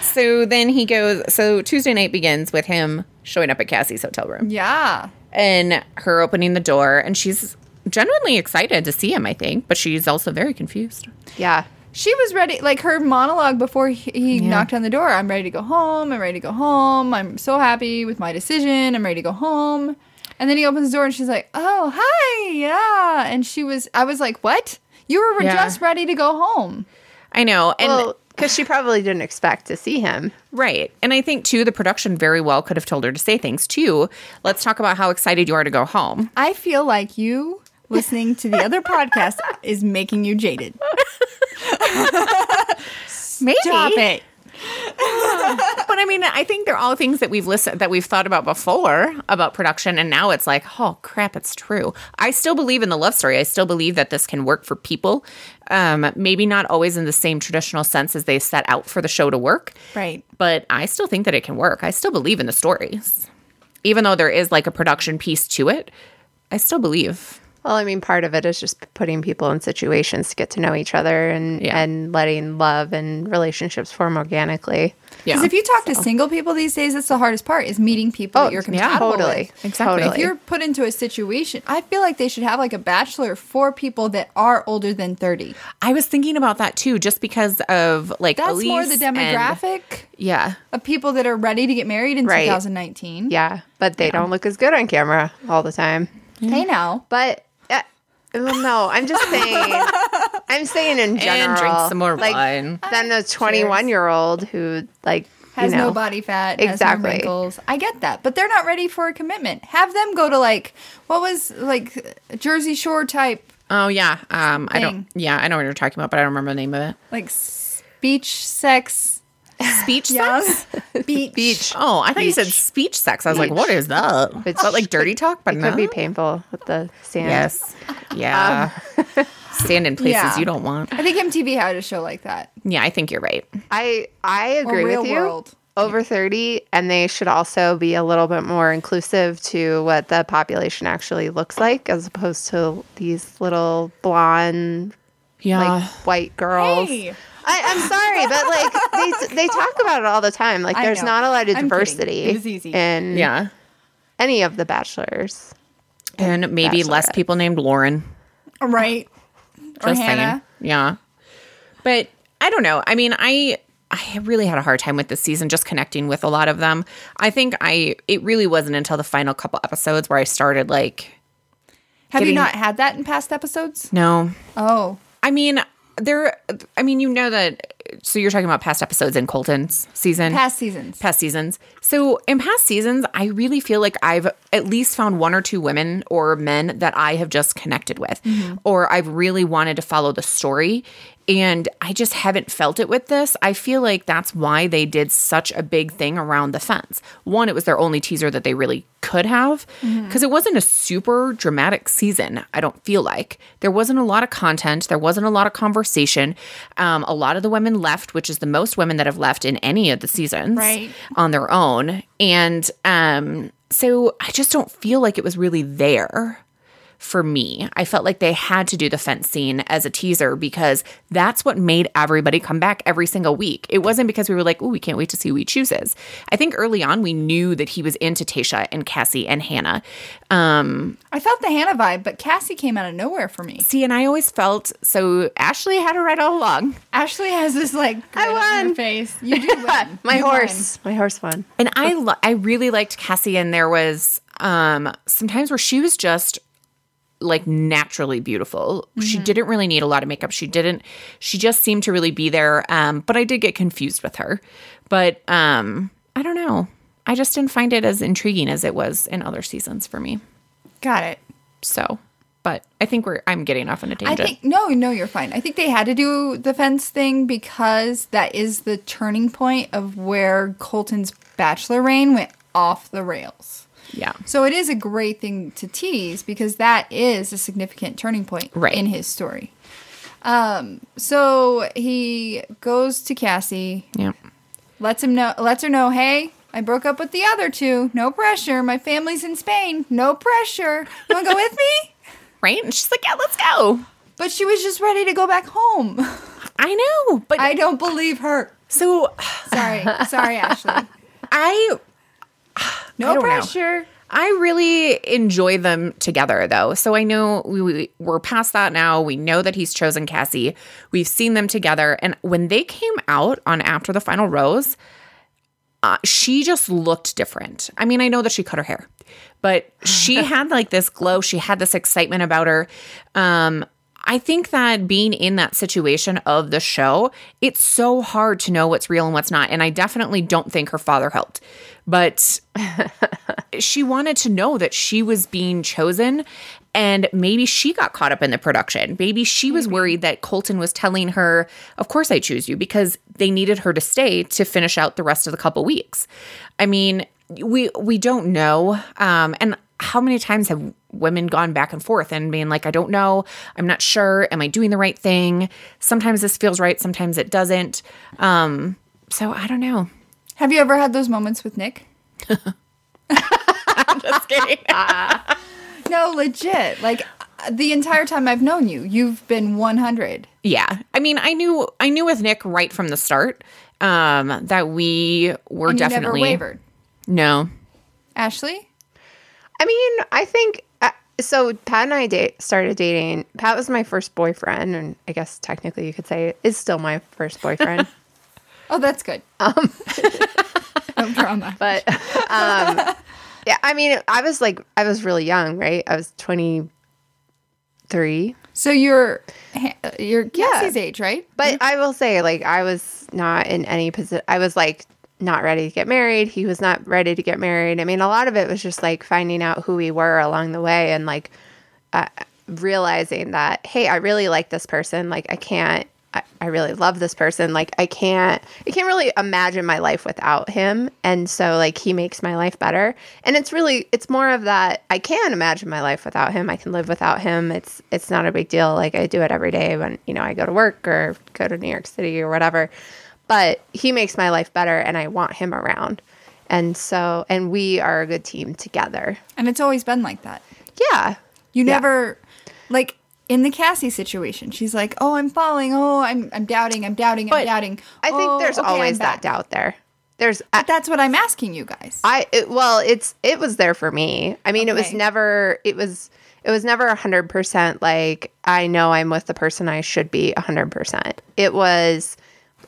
[SPEAKER 1] So then he goes. So Tuesday night begins with him showing up at Cassie's hotel room.
[SPEAKER 3] Yeah.
[SPEAKER 1] and her opening the door and she's genuinely excited to see him, I think, but she's also very confused.
[SPEAKER 2] Yeah.
[SPEAKER 3] She was ready, like her monologue before he, he knocked on the door. I'm ready to go home. I'm ready to go home. I'm so happy with my decision. I'm ready to go home. And then he opens the door and she's like, "Oh, hi, yeah." And she was, I was like, "What? You were
[SPEAKER 1] Yeah.
[SPEAKER 3] just ready to go home."
[SPEAKER 1] I know. And
[SPEAKER 2] Well, because she probably didn't expect to see him.
[SPEAKER 1] Right. And I think, too, the production very well could have told her to say things. Too, let's talk about how excited you are to go home.
[SPEAKER 3] I feel like you listening to the other podcast is making you jaded.
[SPEAKER 1] Maybe.
[SPEAKER 3] Stop it.
[SPEAKER 1] But I mean, I think they're all things that we've listened, that we've thought about before about production. And now it's like, oh, crap, it's true. I still believe in the love story. I still believe that this can work for people. Um, maybe not always in the same traditional sense as they set out for the show to work.
[SPEAKER 3] Right.
[SPEAKER 1] But I still think that it can work. I still believe in the stories. Even though there is like a production piece to it, I still believe.
[SPEAKER 2] Well, I mean, part of it is just putting people in situations to get to know each other and
[SPEAKER 1] Yeah.
[SPEAKER 2] and letting love and relationships form organically.
[SPEAKER 1] Yeah.
[SPEAKER 3] Because if you talk to single people these days, that's the hardest part is meeting people that you're
[SPEAKER 1] yeah,
[SPEAKER 3] compatible
[SPEAKER 2] totally.
[SPEAKER 3] with.
[SPEAKER 1] Exactly.
[SPEAKER 3] If you're put into a situation, I feel like they should have like a bachelor for people that are older than 30.
[SPEAKER 1] I was thinking about that too, just because of like
[SPEAKER 3] That's
[SPEAKER 1] Elise
[SPEAKER 3] more the
[SPEAKER 1] and-
[SPEAKER 3] demographic
[SPEAKER 1] yeah,
[SPEAKER 3] of people that are ready to get married in
[SPEAKER 2] Right.
[SPEAKER 3] 2019.
[SPEAKER 2] Yeah, but they don't look as good on camera all the time.
[SPEAKER 3] Hey now.
[SPEAKER 2] But uh, well, no, I'm just saying. I'm saying in general.
[SPEAKER 1] drink some more wine.
[SPEAKER 2] Then the 21 year old who like
[SPEAKER 3] Has
[SPEAKER 2] you know,
[SPEAKER 3] no body fat, has
[SPEAKER 2] Exactly.
[SPEAKER 3] no wrinkles. I get that, but they're not ready for a commitment. Have them go to like what was like Jersey Shore type,
[SPEAKER 1] oh yeah. Um, I don't.
[SPEAKER 3] Thing.
[SPEAKER 1] Yeah, I know what you're talking about, but I don't remember the name of
[SPEAKER 3] like s- beach sex.
[SPEAKER 1] it. Speech sex.
[SPEAKER 3] Yes, beach.
[SPEAKER 2] beach.
[SPEAKER 1] Oh, I thought you said speech sex. I was like, what is that? It's that like dirty talk, but
[SPEAKER 2] It
[SPEAKER 1] no.
[SPEAKER 2] could be painful with the sand.
[SPEAKER 1] Yes. Yeah. Stand in places
[SPEAKER 3] Yeah.
[SPEAKER 1] you don't want.
[SPEAKER 3] I think MTV had a show like that.
[SPEAKER 1] Yeah, I think you're right.
[SPEAKER 2] I I agree
[SPEAKER 3] real
[SPEAKER 2] with you.
[SPEAKER 3] world.
[SPEAKER 2] Over 30 and they should also be a little bit more inclusive to what the population actually looks like as opposed to these little blonde
[SPEAKER 1] Yeah.
[SPEAKER 2] like white girls.
[SPEAKER 3] Hey.
[SPEAKER 2] Uh, I, I'm sorry, but like they they talk about it all the time. Like
[SPEAKER 3] I
[SPEAKER 2] there's
[SPEAKER 3] know.
[SPEAKER 2] not a lot of
[SPEAKER 3] I'm kidding.
[SPEAKER 2] diversity
[SPEAKER 3] It was easy.
[SPEAKER 2] in
[SPEAKER 1] yeah.
[SPEAKER 2] any of the bachelors.
[SPEAKER 1] And maybe
[SPEAKER 2] Bachelorette.
[SPEAKER 1] less people named Lauren.
[SPEAKER 3] Right. or
[SPEAKER 1] Just saying.
[SPEAKER 3] Hannah.
[SPEAKER 1] Yeah. But I don't know. I mean, I I really had a hard time with this season just connecting with a lot of them. I think I it really wasn't until the final couple episodes where I started like
[SPEAKER 3] Have you
[SPEAKER 1] Getting-
[SPEAKER 3] not had that in past episodes?
[SPEAKER 1] no.
[SPEAKER 3] Oh.
[SPEAKER 1] I mean, there I mean, you know that so you're talking about past episodes in Colton's
[SPEAKER 2] Mm.
[SPEAKER 1] season.
[SPEAKER 3] Past seasons.
[SPEAKER 1] past seasons. So in past seasons, I really feel like I've at least found one or two women or men that I have just connected with, or I've really wanted to follow the story. And I just haven't felt it with this. I feel like that's why they did such a big thing around the fence. One, it was their only teaser that they really could have because it wasn't a super dramatic season, I don't feel like. There wasn't a lot of content, there wasn't a lot of conversation. Um, a lot of the women left, which is the most women that have left in any of the seasons
[SPEAKER 3] Right.
[SPEAKER 1] on their own and um so i just don't feel like it was really there for me i felt like they had to do the fence scene as a teaser because that's what made everybody come back every single week it wasn't because we were like oh we can't wait to see who he chooses i think early on we knew that he was into tasha and cassie and hannah um
[SPEAKER 3] I felt the Hannah vibe, but Cassie came out of nowhere for me.
[SPEAKER 1] see and i always felt so ashley had it right all along
[SPEAKER 3] Ashley has this like I
[SPEAKER 2] won.
[SPEAKER 3] face. You do win.
[SPEAKER 2] My
[SPEAKER 3] You
[SPEAKER 2] horse, my horse won.
[SPEAKER 1] And I lo- I really liked Cassie and there was um sometimes where she was just like naturally beautiful. She didn't really need a lot of makeup. She didn't she just seemed to really be there. Um but I did get confused with her. But um I don't know. I just didn't find it as intriguing as it was in other seasons for me.
[SPEAKER 3] won. Got it.
[SPEAKER 1] So, but I think we're I'm getting off on
[SPEAKER 3] I
[SPEAKER 1] a tangent.
[SPEAKER 3] think no, no, you're fine. I think they had to do the fence thing because that is the turning point of where Colton's bachelor reign went off the rails.
[SPEAKER 1] yeah.
[SPEAKER 3] So it is a great thing to tease because that is a significant turning point
[SPEAKER 1] Right.
[SPEAKER 3] in his story. Um, so he goes to Cassie,
[SPEAKER 1] Yeah.
[SPEAKER 3] lets him know, lets her know, hey, I broke up with the other two. No pressure. My family's in Spain. No pressure. You want to go with me?
[SPEAKER 1] Right? And she's like, "Yeah, let's go."
[SPEAKER 3] But she was just ready to go back home.
[SPEAKER 1] I know, but
[SPEAKER 3] I don't believe her.
[SPEAKER 1] so
[SPEAKER 3] Sorry, sorry, Ashley.
[SPEAKER 1] I
[SPEAKER 3] No
[SPEAKER 1] don't know.
[SPEAKER 3] pressure.
[SPEAKER 1] I really enjoy them together, though. So I know we, we, we're past that now. We know that he's chosen Cassie. We've seen them together. And when they came out on After the Final Rose, uh, she just looked different. I mean, I know that she cut her hair, but she had like this glow. She had this excitement about her. Um, I think that being in that situation of the show, it's so hard to know what's real and what's not. And I definitely don't think her father helped, but she wanted to know that she was being chosen. And maybe she got caught up in the production. Maybe she was worried that Colton was telling her, Of course I choose you, because they needed her to stay to finish out the rest of the couple weeks. I mean, we we don't know. Um, and how many times have women gone back and forth and being like, I don't know, I'm not sure, am I doing the right thing? Sometimes this feels right, sometimes it doesn't. Um, so I don't know.
[SPEAKER 3] Have you ever had those moments with Nick?
[SPEAKER 1] Just kidding.
[SPEAKER 3] No, legit. Like the entire time I've known you, you've been 100.
[SPEAKER 1] yeah, I mean, I knew I knew with Nick right from the start um, that we were
[SPEAKER 3] And you
[SPEAKER 1] definitely
[SPEAKER 3] never wavered.
[SPEAKER 1] no.
[SPEAKER 3] Ashley?
[SPEAKER 2] I mean, I think uh, so. Pat and I date, started dating. Pat was my first boyfriend, and I guess technically you could say is still my first boyfriend.
[SPEAKER 3] Oh, that's good.
[SPEAKER 1] Um.
[SPEAKER 3] no drama.
[SPEAKER 2] but um, yeah, I mean, I was like, I was really young, right? I was twenty three.
[SPEAKER 3] So you're you're Cassie's age, right?
[SPEAKER 2] But I will say, like, I was not in any position. I was like not ready to get married. He was not ready to get married. I mean, a lot of it was just like finding out who we were along the way and like uh, realizing that, hey, I really like this person. Like, I can't. I, I really love this person. Like, I can't. I can't really imagine my life without him. And so, like, he makes my life better. And it's really, it's more of that. I can imagine my life without him. I can live without him. It's it's not a big deal. Like I do it every day when you know I go to work or go to New York City or whatever. But he makes my life better, and I want him around. And so, and we are a good team together.
[SPEAKER 3] And it's always been like that.
[SPEAKER 2] Yeah,
[SPEAKER 3] You
[SPEAKER 2] Yeah.
[SPEAKER 3] never like in the Cassie situation. She's like, "Oh, I'm falling. Oh, I'm I'm doubting. I'm doubting. I'm
[SPEAKER 1] But
[SPEAKER 3] doubting."
[SPEAKER 2] I think
[SPEAKER 3] Oh,
[SPEAKER 2] there's
[SPEAKER 3] okay, I'm
[SPEAKER 2] always
[SPEAKER 3] back."
[SPEAKER 2] that doubt there. There's
[SPEAKER 3] But that's what I'm asking you guys.
[SPEAKER 2] I it, well, it's it was there for me. I mean, it was
[SPEAKER 3] Okay.
[SPEAKER 2] never it was it was never a hundred percent like I know I'm with the person I should be a hundred percent. It was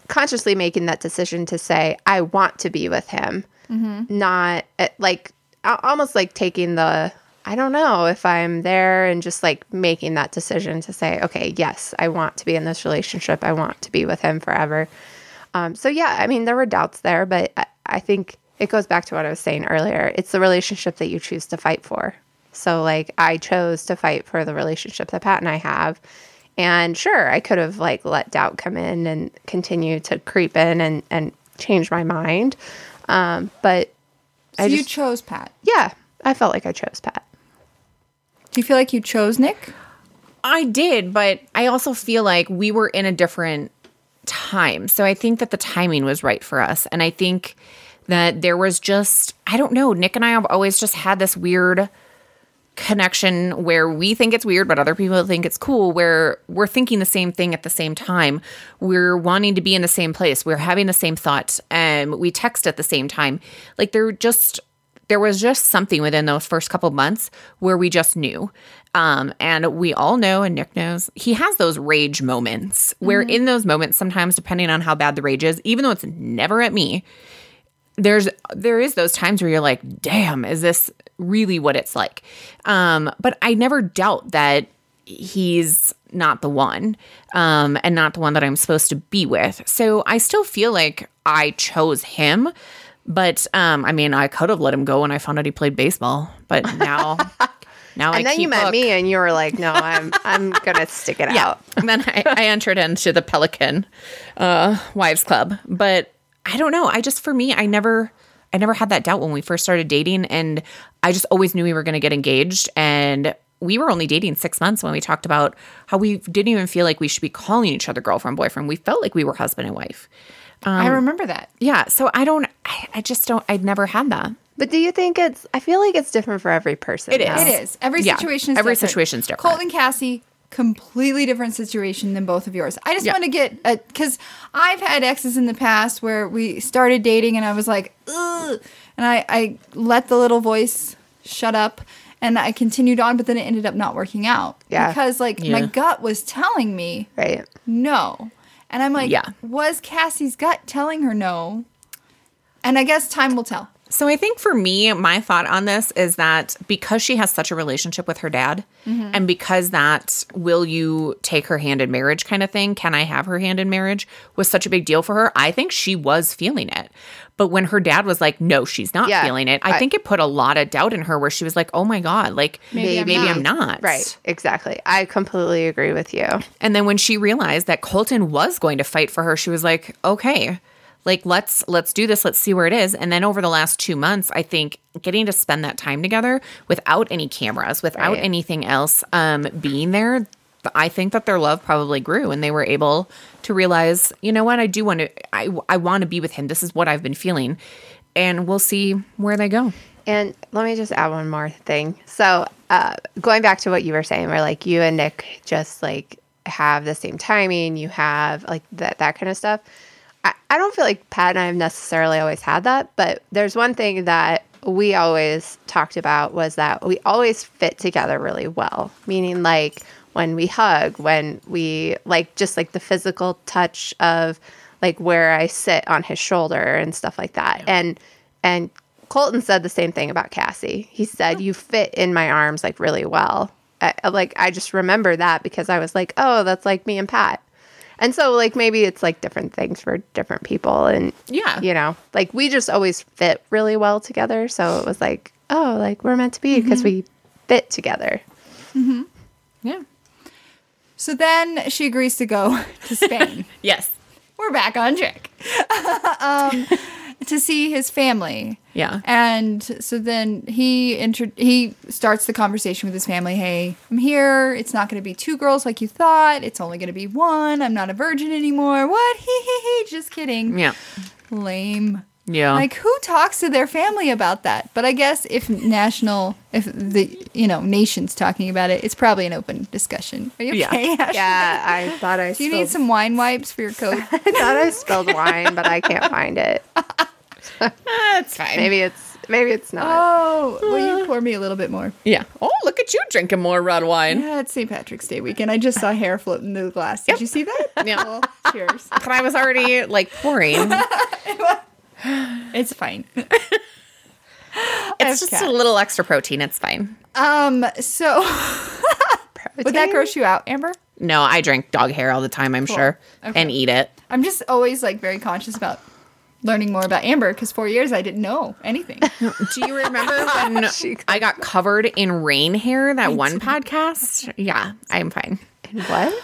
[SPEAKER 2] consciously making that decision to say I want to be with him,
[SPEAKER 3] Mm-hmm.
[SPEAKER 2] not uh, like a- almost like taking the I don't know if I'm there and just like making that decision to say okay, yes, I want to be in this relationship. I want to be with him forever. Um, so yeah, I mean, there were doubts there, but I, I think it goes back to what I was saying earlier. It's the relationship that you choose to fight for. So like, I chose to fight for the relationship that Pat and I have, and sure, I could have like let doubt come in and continue to creep in and and change my mind, um, but
[SPEAKER 3] so
[SPEAKER 2] I
[SPEAKER 3] you
[SPEAKER 2] just-
[SPEAKER 3] chose Pat.
[SPEAKER 2] yeah, I felt like I chose Pat.
[SPEAKER 3] Do you feel like you chose Nick?
[SPEAKER 1] I did, but I also feel like we were in a different time. So I think that the timing was right for us. And I think that there was just, I don't know, Nick and I have always just had this weird connection where we think it's weird, but other people think it's cool, where we're thinking the same thing at the same time. We're wanting to be in the same place. We're having the same thoughts. And we text at the same time. Like they're just, there was just something within those first couple months where we just knew. Um, and we all know, and Nick knows, he has those rage moments where, in those moments, sometimes depending on how bad the rage is, even though it's never at me, there's there is those times where you're like damn is this really what it's like um but i never doubt that he's not the one um and not the one that i'm supposed to be with so i still feel like i chose him but um i mean i could have let him go when i found out he played baseball but now now I
[SPEAKER 2] And then you
[SPEAKER 1] keep
[SPEAKER 2] met
[SPEAKER 1] hook.
[SPEAKER 2] me, and you were like, "No, I'm I'm gonna stick it out."
[SPEAKER 1] And then I, I entered into the Pelican uh, Wives Club. But I don't know. I just for me, I never I never had that doubt when we first started dating and I just always knew we were gonna get engaged and we were only dating six months when we talked about how we didn't even feel like we should be calling each other girlfriend, boyfriend. We felt like we were husband and wife.
[SPEAKER 3] I remember that.
[SPEAKER 1] Yeah. So I don't I, I just don't I'd never had that.
[SPEAKER 2] But do you think it's? I feel like it's different for every person.
[SPEAKER 1] It is.
[SPEAKER 2] though.
[SPEAKER 3] It is. Every
[SPEAKER 1] Um, Yeah.
[SPEAKER 3] situation is
[SPEAKER 1] Every
[SPEAKER 3] different.
[SPEAKER 1] situation's different.
[SPEAKER 3] Colt and Cassie, completely different situation than both of yours. I just
[SPEAKER 1] Yeah.
[SPEAKER 3] want to get because I've had exes in the past where we started dating and I was like, Ugh, and I I let the little voice shut up. And I continued on, but then it ended up not working out.
[SPEAKER 2] Yeah.
[SPEAKER 3] Because like my
[SPEAKER 1] Yeah.
[SPEAKER 3] gut was telling me
[SPEAKER 2] right?
[SPEAKER 3] no. And I'm like,
[SPEAKER 1] Yeah.
[SPEAKER 3] was Cassie's gut telling her no? And I guess time will tell.
[SPEAKER 1] So I think for me, my thought on this is that because she has such a relationship with her dad, and because that will you take her hand in marriage kind of thing, can I have her hand in marriage was such a big deal for her. I think she was feeling it. But when her dad was like, no, she's not
[SPEAKER 2] Yeah.
[SPEAKER 1] feeling it, I,
[SPEAKER 2] I-
[SPEAKER 1] think it put a lot of doubt in her where she was like, oh my God, like
[SPEAKER 3] Maybe I'm
[SPEAKER 1] maybe
[SPEAKER 3] not.
[SPEAKER 1] I'm not.
[SPEAKER 2] Right, exactly. I completely agree with you.
[SPEAKER 1] And then when she realized that Colton was going to fight for her, she was like, "Okay, like let's let's do this. Let's see where it is." And then over the last 2 months, I think getting to spend that time together without any cameras, without
[SPEAKER 2] Right.
[SPEAKER 1] anything else um being there, th- I think that their love probably grew and they were able to realize, "You know what? I do want to I I want to be with him. This is what I've been feeling." And we'll see where they go.
[SPEAKER 2] And let me just add one more thing. So, uh, going back to what you were saying, where like you and Nick just like have the same timing, you have like that that kind of stuff. I, I don't feel like Pat and I have necessarily always had that, but there's one thing that we always talked about was that we always fit together really well, meaning like when we hug, when we like just like the physical touch of like where I sit on his shoulder and stuff like that. And and Colton said the same thing about Cassie. He said, "You fit in my arms like really well." I, I- like I just remember that because I was like, "Oh, that's like me and Pat." And so like maybe it's like different things for different people and
[SPEAKER 1] Yeah.
[SPEAKER 2] you know, like we just always fit really well together, so it was like, "Oh, like we're meant to be because
[SPEAKER 3] Mm-hmm.
[SPEAKER 2] we fit together."
[SPEAKER 1] Yeah.
[SPEAKER 3] So then she agrees to go to Spain.
[SPEAKER 1] Yes.
[SPEAKER 3] We're back on track. um, to see his family.
[SPEAKER 1] Yeah.
[SPEAKER 3] And so then he inter- he starts the conversation with his family. Hey, I'm here. It's not going to be two girls like you thought. It's only going to be one. I'm not a virgin anymore. What? Hee hee hee. Just kidding.
[SPEAKER 1] Yeah.
[SPEAKER 3] Lame.
[SPEAKER 1] Yeah.
[SPEAKER 3] Like who talks to their family about that? But I guess if national, if the you know nation's talking about it, it's probably an open discussion. Are you
[SPEAKER 1] Yeah.
[SPEAKER 3] okay? Ashley?
[SPEAKER 2] Yeah, I thought I
[SPEAKER 3] Do you need some wine wipes for your coat?
[SPEAKER 2] I thought I spilled wine, but I can't find it.
[SPEAKER 1] That's fine.
[SPEAKER 2] Maybe it's maybe it's not.
[SPEAKER 3] oh, will you pour me a little bit more?
[SPEAKER 1] Yeah. Oh, look at you drinking more red wine.
[SPEAKER 3] Yeah, it's St. Patrick's Day weekend. I just saw hair floating through the glass. Did you see that?
[SPEAKER 1] Yeah.
[SPEAKER 3] Well, cheers.
[SPEAKER 1] but I was already like pouring.
[SPEAKER 3] It's fine.
[SPEAKER 1] It's just
[SPEAKER 3] Okay.
[SPEAKER 1] a little extra protein. It's fine.
[SPEAKER 3] Um, so would that
[SPEAKER 2] Protein?
[SPEAKER 3] gross you out, Amber?
[SPEAKER 1] No, I drink dog hair all the time, I'm sure,
[SPEAKER 3] Okay.
[SPEAKER 1] and eat it.
[SPEAKER 3] I'm just always like very conscious about learning more about Amber because for years I didn't know anything.
[SPEAKER 1] Do you remember when I got covered in rain hair that one podcast? Yeah, I'm fine.
[SPEAKER 2] And what?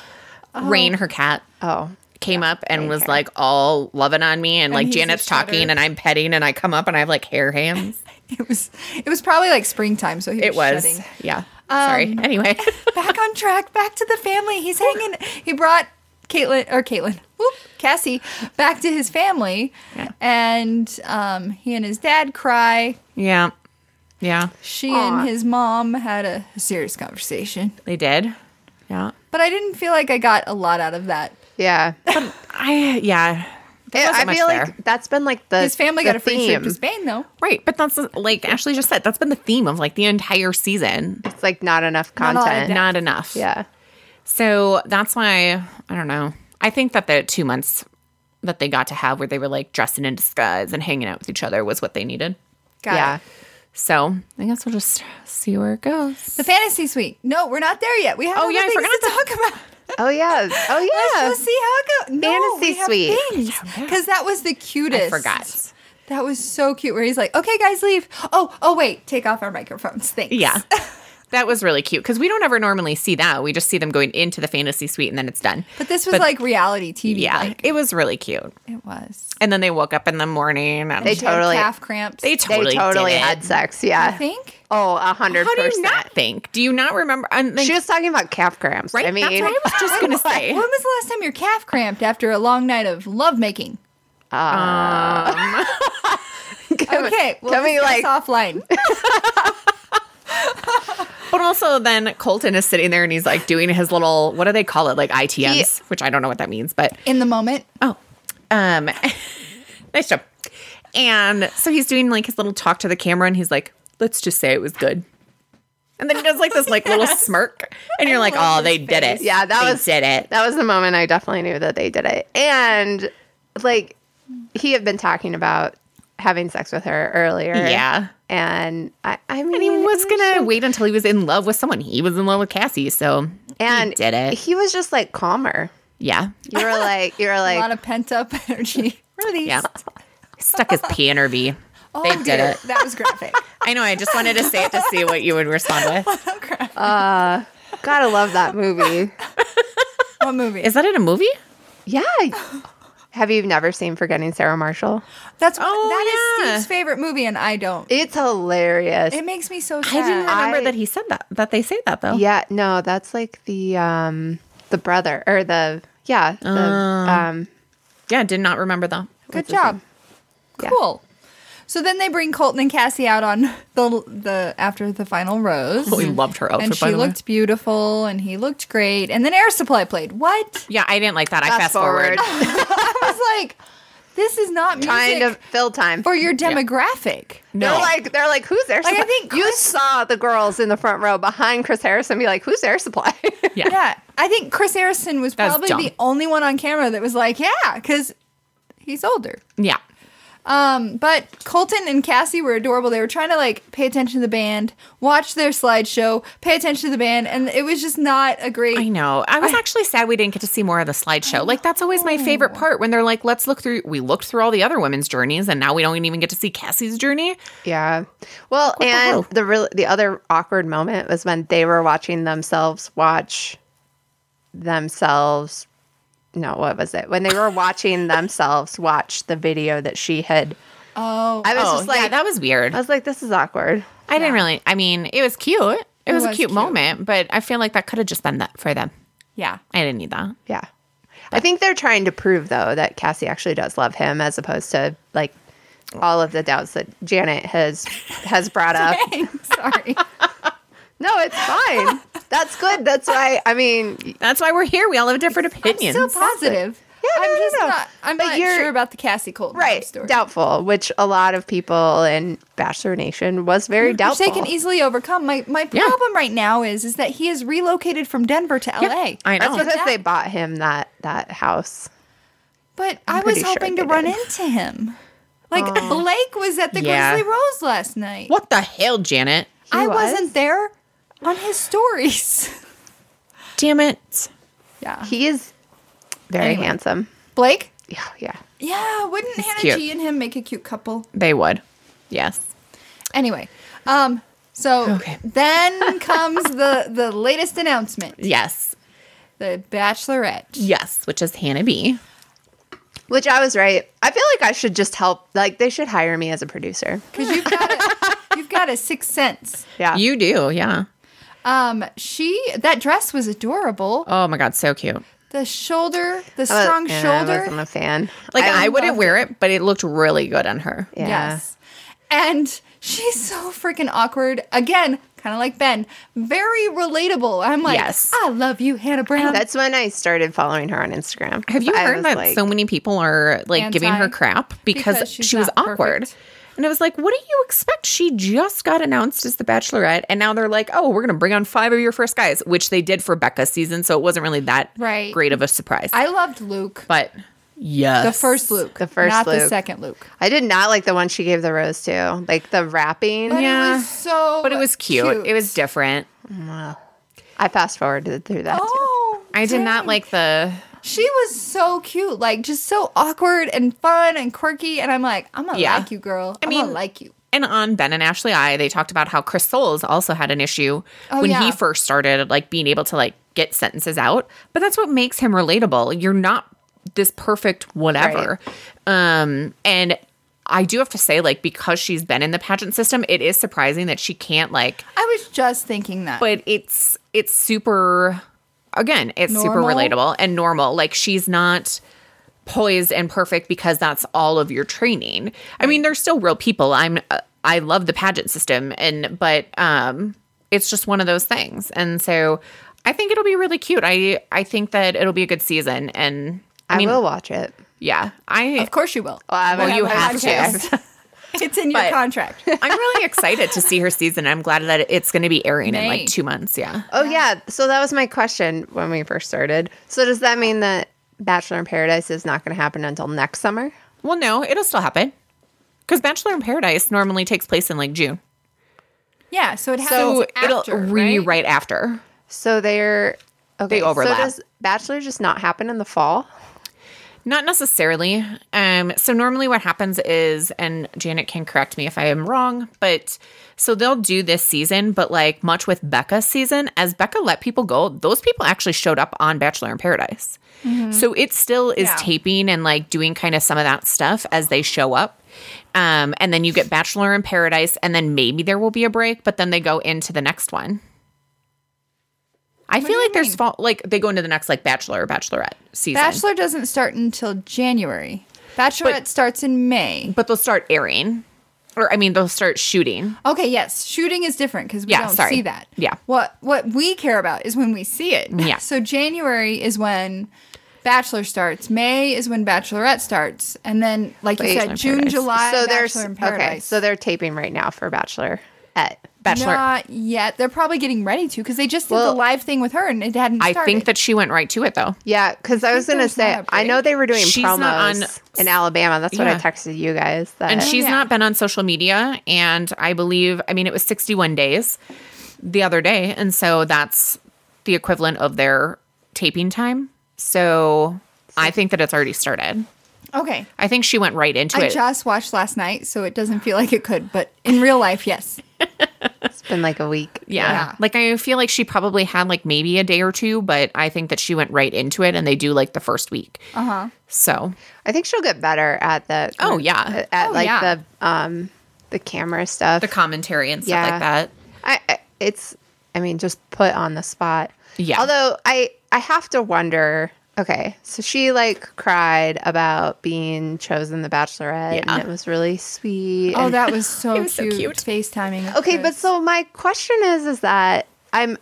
[SPEAKER 1] Rain, her cat,
[SPEAKER 2] Oh,
[SPEAKER 1] came up and was
[SPEAKER 2] hair.
[SPEAKER 1] like all loving on me, and, like
[SPEAKER 3] he's a
[SPEAKER 1] Janet's talking,
[SPEAKER 3] shedder.
[SPEAKER 1] and I'm petting, and I come up and I have like hair hands.
[SPEAKER 3] It was it was probably like springtime, so he was
[SPEAKER 1] It was,
[SPEAKER 3] shedding.
[SPEAKER 1] yeah. Sorry. Anyway,
[SPEAKER 3] back on track, back to the family. He's hanging. He brought Caitlin or Caitlin, whoop, Cassie, back to his family,
[SPEAKER 1] Yeah.
[SPEAKER 3] and um, he and his dad cry.
[SPEAKER 1] yeah, yeah,
[SPEAKER 3] She
[SPEAKER 2] Aw.
[SPEAKER 3] and his mom had a serious conversation,
[SPEAKER 1] they did. Yeah,
[SPEAKER 3] but I didn't feel like I got a lot out of that.
[SPEAKER 2] yeah.
[SPEAKER 1] I yeah. There
[SPEAKER 2] Eh, I
[SPEAKER 1] wasn't much
[SPEAKER 2] feel
[SPEAKER 1] there.
[SPEAKER 2] like that's been like the
[SPEAKER 3] His family
[SPEAKER 2] the
[SPEAKER 3] got a free trip to
[SPEAKER 2] theme.
[SPEAKER 3] Spain, though.
[SPEAKER 1] Right, but that's like Ashley just said. That's been the theme of like the entire season.
[SPEAKER 2] It's like not enough
[SPEAKER 3] Not a lot of
[SPEAKER 2] content.
[SPEAKER 1] Not enough.
[SPEAKER 2] yeah,
[SPEAKER 1] So that's why I don't know. I think that the two months that they got to have where they were like dressing in disguise and hanging out with each other was what they needed.
[SPEAKER 3] Got
[SPEAKER 2] yeah.
[SPEAKER 3] it.
[SPEAKER 1] So I guess we'll just see where it goes.
[SPEAKER 3] The fantasy suite. No, we're not there yet. We have
[SPEAKER 1] Oh,
[SPEAKER 3] other
[SPEAKER 1] yeah, I
[SPEAKER 3] things
[SPEAKER 1] forgot
[SPEAKER 3] to talk about.
[SPEAKER 2] Oh yeah. Oh yeah.
[SPEAKER 3] Let's go see how it goes. No,
[SPEAKER 2] Fantasy
[SPEAKER 3] we have
[SPEAKER 2] suite.
[SPEAKER 3] things because that was the cutest.
[SPEAKER 1] I forgot.
[SPEAKER 3] That was so cute. Where he's like, "Okay, guys, leave." Oh, oh, wait, take off our microphones. Thanks.
[SPEAKER 1] Yeah. That was really cute because we don't ever normally see that. We just see them going into the fantasy suite and then it's done.
[SPEAKER 3] But this was like reality TV.
[SPEAKER 1] yeah,
[SPEAKER 3] like,
[SPEAKER 1] it was really cute.
[SPEAKER 3] it was.
[SPEAKER 1] And then they woke up in the morning. And
[SPEAKER 2] They
[SPEAKER 1] they,
[SPEAKER 3] She had
[SPEAKER 2] totally-
[SPEAKER 3] calf cramps.
[SPEAKER 1] totally,
[SPEAKER 2] they totally
[SPEAKER 1] did it.
[SPEAKER 2] had sex.
[SPEAKER 3] I
[SPEAKER 2] Yeah.
[SPEAKER 3] think.
[SPEAKER 2] Oh, a hundred
[SPEAKER 1] How do
[SPEAKER 2] percent.
[SPEAKER 1] you not think? Do you not remember? I'm like,
[SPEAKER 2] She was talking about calf cramps.
[SPEAKER 1] right?
[SPEAKER 2] I mean,
[SPEAKER 1] That's what I was just gonna
[SPEAKER 3] When
[SPEAKER 1] say.
[SPEAKER 3] was the last time your calf cramped after a long night of lovemaking?
[SPEAKER 2] Um. Can we-
[SPEAKER 3] Okay, we'll
[SPEAKER 2] can we,
[SPEAKER 3] discuss
[SPEAKER 2] like-
[SPEAKER 3] offline.
[SPEAKER 1] But also, then Colton is sitting there and he's like doing his little what do they call it? Like ITMs,
[SPEAKER 2] He-
[SPEAKER 1] which I don't know what that means, but
[SPEAKER 3] In the moment,
[SPEAKER 1] oh, um, nice job. And so he's doing like his little talk to the camera, and he's like, let's just say it was good. And then he does like this like little smirk, and you're like, oh, they did it.
[SPEAKER 2] Yeah, that
[SPEAKER 1] They
[SPEAKER 2] was-
[SPEAKER 1] did it.
[SPEAKER 2] That was the moment I definitely knew that they did it. And like he had been talking about having sex with her earlier.
[SPEAKER 1] Yeah.
[SPEAKER 2] And I, I mean,
[SPEAKER 1] And he was gonna wait until he was in love with someone. He was in love with Cassie, so
[SPEAKER 2] and
[SPEAKER 1] he did it.
[SPEAKER 2] He was just like calmer.
[SPEAKER 1] yeah,
[SPEAKER 2] You were like, you were
[SPEAKER 3] A lot
[SPEAKER 2] like,
[SPEAKER 3] of pent up energy. Release.
[SPEAKER 1] yeah. Stuck his P in her V.
[SPEAKER 3] Oh,
[SPEAKER 1] they did
[SPEAKER 3] dear.
[SPEAKER 1] it.
[SPEAKER 3] That was graphic.
[SPEAKER 1] I know. I just wanted to say it to see what you would respond with.
[SPEAKER 3] Oh,
[SPEAKER 2] gotta love that movie.
[SPEAKER 3] what movie?
[SPEAKER 1] Is that in a movie?
[SPEAKER 2] yeah. Have you never seen Forgetting Sarah Marshall?
[SPEAKER 3] That's
[SPEAKER 1] Oh,
[SPEAKER 3] that is
[SPEAKER 1] yeah.
[SPEAKER 3] Steve's favorite movie, and I don't.
[SPEAKER 2] It's hilarious.
[SPEAKER 3] It makes me so
[SPEAKER 1] I didn't
[SPEAKER 3] sad.
[SPEAKER 1] remember
[SPEAKER 2] I-
[SPEAKER 1] that he said that. That they say that though.
[SPEAKER 2] yeah, no, that's like the um the brother or the yeah, the
[SPEAKER 3] Oh.
[SPEAKER 2] um
[SPEAKER 1] yeah. Did not remember though.
[SPEAKER 3] Good job.
[SPEAKER 2] Yeah.
[SPEAKER 3] Cool. So then they bring Colton and Cassie out on the the after the final rose.
[SPEAKER 1] Oh, we loved her outfit.
[SPEAKER 3] and
[SPEAKER 1] by
[SPEAKER 3] she
[SPEAKER 1] the way.
[SPEAKER 3] looked beautiful and he looked great. And then Air Supply played. What?
[SPEAKER 1] Yeah, I didn't like that. I fast forward.
[SPEAKER 3] I was like, this is not Oh, music
[SPEAKER 2] kind of fill time.
[SPEAKER 3] for your demographic.
[SPEAKER 1] No.
[SPEAKER 2] They're like they're like who's air
[SPEAKER 3] I
[SPEAKER 2] supply?
[SPEAKER 3] think
[SPEAKER 2] you saw the girls in the front row behind Chris Harrison be like who's air supply?
[SPEAKER 1] Yeah.
[SPEAKER 3] Yeah. I think Chris Harrison was
[SPEAKER 1] That's
[SPEAKER 3] probably
[SPEAKER 1] dumb.
[SPEAKER 3] the only one on camera that was like, yeah, because he's older.
[SPEAKER 1] Yeah.
[SPEAKER 3] Um, but Colton and Cassie were adorable. They were trying to like pay attention to the band, watch their slideshow, pay attention to the band, and it was just not a great.
[SPEAKER 1] I know. I was actually sad we didn't get to see more of the slideshow. Like that's always my favorite part when they're like, let's look through we looked through all the other women's journeys and now we don't even get to see Cassie's journey.
[SPEAKER 2] yeah. Well, and
[SPEAKER 1] hell?
[SPEAKER 2] the real the other awkward moment was when they were watching themselves watch themselves. No, what was it? When they were watching themselves watch the video that she had.
[SPEAKER 3] Oh,
[SPEAKER 2] I was
[SPEAKER 1] oh,
[SPEAKER 2] just like,
[SPEAKER 1] yeah, that was weird.
[SPEAKER 2] I was like, this is awkward.
[SPEAKER 1] I didn't really I mean, it was cute. It, was,
[SPEAKER 3] was
[SPEAKER 1] a cute,
[SPEAKER 3] cute.
[SPEAKER 1] moment, but I feel like that could have just been that for them.
[SPEAKER 3] yeah.
[SPEAKER 1] I didn't need that.
[SPEAKER 2] Yeah. I think they're trying to prove though that Cassie actually does love him as opposed to like all of the doubts that Janet has has brought up.
[SPEAKER 3] Sorry.
[SPEAKER 2] No, it's fine. That's good. That's why I mean
[SPEAKER 1] That's why we're here. We all have different opinions.
[SPEAKER 3] I'm still positive.
[SPEAKER 2] Yeah,
[SPEAKER 3] I'm
[SPEAKER 2] no, no,
[SPEAKER 3] just
[SPEAKER 2] no.
[SPEAKER 3] not. I'm
[SPEAKER 2] But
[SPEAKER 3] not
[SPEAKER 2] you're-
[SPEAKER 3] sure about the Cassie Colton love
[SPEAKER 2] right
[SPEAKER 3] story.
[SPEAKER 2] doubtful, which a lot of people in Bachelor Nation was very
[SPEAKER 3] Which
[SPEAKER 2] doubtful.
[SPEAKER 3] they can easily overcome. My my
[SPEAKER 1] Yeah.
[SPEAKER 3] problem right now is is that he is relocated from Denver to LA.
[SPEAKER 1] I know.
[SPEAKER 2] That's because
[SPEAKER 3] that-
[SPEAKER 2] they bought him that that house.
[SPEAKER 3] But i was
[SPEAKER 2] pretty sure
[SPEAKER 3] hoping
[SPEAKER 2] they
[SPEAKER 3] to run
[SPEAKER 2] did. Um,
[SPEAKER 3] into him. Like Blake was at the
[SPEAKER 1] Yeah.
[SPEAKER 3] Grizzly Rose last night.
[SPEAKER 1] What the hell, Janet?
[SPEAKER 3] I
[SPEAKER 2] was?
[SPEAKER 3] was? not there on his stories.
[SPEAKER 1] Damn it.
[SPEAKER 3] yeah.
[SPEAKER 2] He is very
[SPEAKER 3] Anyway.
[SPEAKER 2] handsome.
[SPEAKER 3] Blake?
[SPEAKER 2] Yeah, yeah.
[SPEAKER 3] Yeah, wouldn't Hannah
[SPEAKER 1] cute.
[SPEAKER 3] G and him make a cute couple?
[SPEAKER 1] They would. Yes.
[SPEAKER 3] Anyway, um so
[SPEAKER 1] Okay.
[SPEAKER 3] then comes the the latest announcement,
[SPEAKER 1] Yes.
[SPEAKER 3] the bachelorette.
[SPEAKER 1] Yes, which is Hannah B.
[SPEAKER 2] Which I was right. I feel like I should just help. Like they should hire me as a producer.
[SPEAKER 3] Cuz you've got a, you've got a sixth sense.
[SPEAKER 2] Yeah.
[SPEAKER 1] You do, yeah.
[SPEAKER 3] Um she that dress was adorable.
[SPEAKER 1] Oh my god, so cute.
[SPEAKER 3] The shoulder, the
[SPEAKER 2] I was-
[SPEAKER 3] strong
[SPEAKER 2] yeah, I
[SPEAKER 3] shoulder.
[SPEAKER 2] wasn't a fan.
[SPEAKER 1] Like I, wouldn't
[SPEAKER 3] loved
[SPEAKER 1] wear it, but it looked really good on her.
[SPEAKER 2] Yeah.
[SPEAKER 3] Yes. And she's so freaking awkward. Again, kind of like Ben, very relatable. I'm like,
[SPEAKER 1] Yes.
[SPEAKER 3] I love you, Hannah Brown.
[SPEAKER 2] That's when I started following her on Instagram.
[SPEAKER 1] Have you
[SPEAKER 2] I
[SPEAKER 1] heard
[SPEAKER 2] was
[SPEAKER 1] that
[SPEAKER 2] like,
[SPEAKER 1] so many people are like giving
[SPEAKER 3] Anti-
[SPEAKER 1] her crap because,
[SPEAKER 3] because she's
[SPEAKER 1] she was
[SPEAKER 3] not
[SPEAKER 1] awkward?
[SPEAKER 3] perfect.
[SPEAKER 1] And I was like, what do you expect? She just got announced as the Bachelorette, and now they're like, oh, we're gonna bring on five of your first guys, which they did for Becca's season, so it wasn't really that
[SPEAKER 3] Right.
[SPEAKER 1] great of a surprise.
[SPEAKER 3] I loved Luke.
[SPEAKER 1] but yes,
[SPEAKER 3] the first Luke.
[SPEAKER 2] The first
[SPEAKER 3] Not the
[SPEAKER 2] Luke.
[SPEAKER 3] second Luke.
[SPEAKER 2] I did not like the one she gave the rose to, like the wrapping.
[SPEAKER 3] But it
[SPEAKER 1] Yeah.
[SPEAKER 3] was so
[SPEAKER 1] but it was cute. It was different.
[SPEAKER 2] I fast forwarded through that. too.
[SPEAKER 3] Oh.
[SPEAKER 1] I did
[SPEAKER 3] dang.
[SPEAKER 1] not like the
[SPEAKER 3] She was so cute. Like just so awkward and fun and quirky. And I'm like, I'm gonna
[SPEAKER 1] Yeah.
[SPEAKER 3] like you, girl.
[SPEAKER 1] I
[SPEAKER 3] I mean, am
[SPEAKER 1] mean-
[SPEAKER 3] gonna like you.
[SPEAKER 1] And on Ben and Ashley I, they talked about how Chris Soules also had an issue
[SPEAKER 3] Oh,
[SPEAKER 1] when
[SPEAKER 3] yeah.
[SPEAKER 1] he first started, like being able to like get sentences out. But that's what makes him relatable. You're not this perfect whatever. Um, and I do have to say, like, because she's been in the pageant system, it is surprising that she can't like.
[SPEAKER 3] I was just thinking that.
[SPEAKER 1] But it's it's super. Again, it's super
[SPEAKER 3] Normal?
[SPEAKER 1] relatable and normal. Like she's not poised and perfect because that's all of your training. I mean, they're still real people. I'm uh, I love the pageant system and but um it's just one of those things. And so I think it'll be really cute. I I think that it'll be a good season and I,
[SPEAKER 2] I
[SPEAKER 1] mean,
[SPEAKER 2] will watch it.
[SPEAKER 1] yeah. I
[SPEAKER 3] of course you will.
[SPEAKER 2] I
[SPEAKER 1] well,
[SPEAKER 2] would-
[SPEAKER 1] you
[SPEAKER 3] I
[SPEAKER 1] have
[SPEAKER 3] would
[SPEAKER 1] to.
[SPEAKER 3] It's in your
[SPEAKER 1] But-
[SPEAKER 3] contract.
[SPEAKER 1] I'm really excited to see her season. I'm glad that it's going to be airing in
[SPEAKER 3] May.
[SPEAKER 1] like two months. Yeah.
[SPEAKER 2] Oh yeah. So that was my question when we first started. So does that mean that Bachelor in Paradise is not going to happen until next summer?
[SPEAKER 1] Well, no, it'll still happen because Bachelor in Paradise normally takes place in like June,
[SPEAKER 3] Yeah, so it happens
[SPEAKER 1] so it'll
[SPEAKER 3] after,
[SPEAKER 1] re
[SPEAKER 3] right?
[SPEAKER 1] right after.
[SPEAKER 2] So they're okay.
[SPEAKER 1] They overlap.
[SPEAKER 2] So does Bachelor just not happen in the fall?
[SPEAKER 1] Not necessarily. Um, so normally what happens is, and Janet can correct me if I am wrong, but so they'll do this season, but like much with Becca's season, as Becca let people go, those people actually showed up on Bachelor in Paradise. So it still is
[SPEAKER 3] Mm-hmm. Yeah.
[SPEAKER 1] taping and like doing kind of some of that stuff as they show up. Um, and then you get Bachelor in Paradise, and then maybe there will be a break, but then they go into the next one. I feel
[SPEAKER 3] do
[SPEAKER 1] like
[SPEAKER 3] you
[SPEAKER 1] there's
[SPEAKER 3] mean?
[SPEAKER 1] fall, like they go into the next like Bachelor or Bachelorette season.
[SPEAKER 3] Bachelor doesn't start until January. Bachelorette starts in May.
[SPEAKER 1] but they'll start airing or i mean they'll start shooting
[SPEAKER 3] Okay, yes, shooting is different because we
[SPEAKER 1] Yeah,
[SPEAKER 3] don't
[SPEAKER 1] sorry.
[SPEAKER 3] see that.
[SPEAKER 1] Yeah.
[SPEAKER 3] What what we care about is when we see it.
[SPEAKER 1] Yeah.
[SPEAKER 3] So January is when Bachelor starts. May is when Bachelorette starts, and then like
[SPEAKER 2] Wait.
[SPEAKER 3] you said,
[SPEAKER 1] Bachelor in
[SPEAKER 3] June,
[SPEAKER 1] Paradise.
[SPEAKER 3] July.
[SPEAKER 2] so there's
[SPEAKER 3] Bachelor in Paradise.
[SPEAKER 2] okay. So they're taping right now for Bachelor at.
[SPEAKER 1] bachelor
[SPEAKER 3] Not yet. They're probably getting ready to because they just did
[SPEAKER 2] Well,
[SPEAKER 3] the live thing with her and it hadn't.
[SPEAKER 1] i
[SPEAKER 3] Started.
[SPEAKER 1] think that she went right to it though
[SPEAKER 2] Yeah, because I, was
[SPEAKER 3] think
[SPEAKER 2] gonna
[SPEAKER 3] there's
[SPEAKER 2] say
[SPEAKER 3] not a
[SPEAKER 2] I know
[SPEAKER 3] break.
[SPEAKER 2] they were doing
[SPEAKER 1] She's
[SPEAKER 2] promos
[SPEAKER 1] not on-
[SPEAKER 2] in Alabama. That's what I
[SPEAKER 1] Yeah.
[SPEAKER 2] texted you guys. That
[SPEAKER 1] and she's
[SPEAKER 3] Oh, yeah.
[SPEAKER 1] not been on social media and i believe i mean it was 61 days the other day and so that's the equivalent of their taping time so i think that it's already started
[SPEAKER 3] Okay.
[SPEAKER 1] i think she went right into
[SPEAKER 3] I
[SPEAKER 1] it
[SPEAKER 3] just watched last night, so it doesn't feel like it could, but in real life, yes.
[SPEAKER 2] it's been like a week.
[SPEAKER 1] yeah.
[SPEAKER 3] yeah.
[SPEAKER 1] like i feel like she probably had like maybe a day or two but i think that she went right into it and they do like the first week uh-huh so
[SPEAKER 2] I think she'll get better at the.
[SPEAKER 1] Oh, yeah.
[SPEAKER 2] At
[SPEAKER 3] Oh,
[SPEAKER 2] like
[SPEAKER 3] yeah.
[SPEAKER 2] the um the camera stuff.
[SPEAKER 1] the commentary and stuff
[SPEAKER 2] Yeah.
[SPEAKER 1] like that
[SPEAKER 2] I, I it's I mean just put on the spot.
[SPEAKER 1] Yeah.
[SPEAKER 2] Although I I have to wonder. Okay, so she like cried about being chosen the Bachelorette,
[SPEAKER 1] Yeah.
[SPEAKER 2] and it was really sweet.
[SPEAKER 3] Oh,
[SPEAKER 2] and-
[SPEAKER 3] that was so,
[SPEAKER 1] was so
[SPEAKER 3] cute.
[SPEAKER 1] cute.
[SPEAKER 3] FaceTiming.
[SPEAKER 2] okay, but so my question is, is that I'm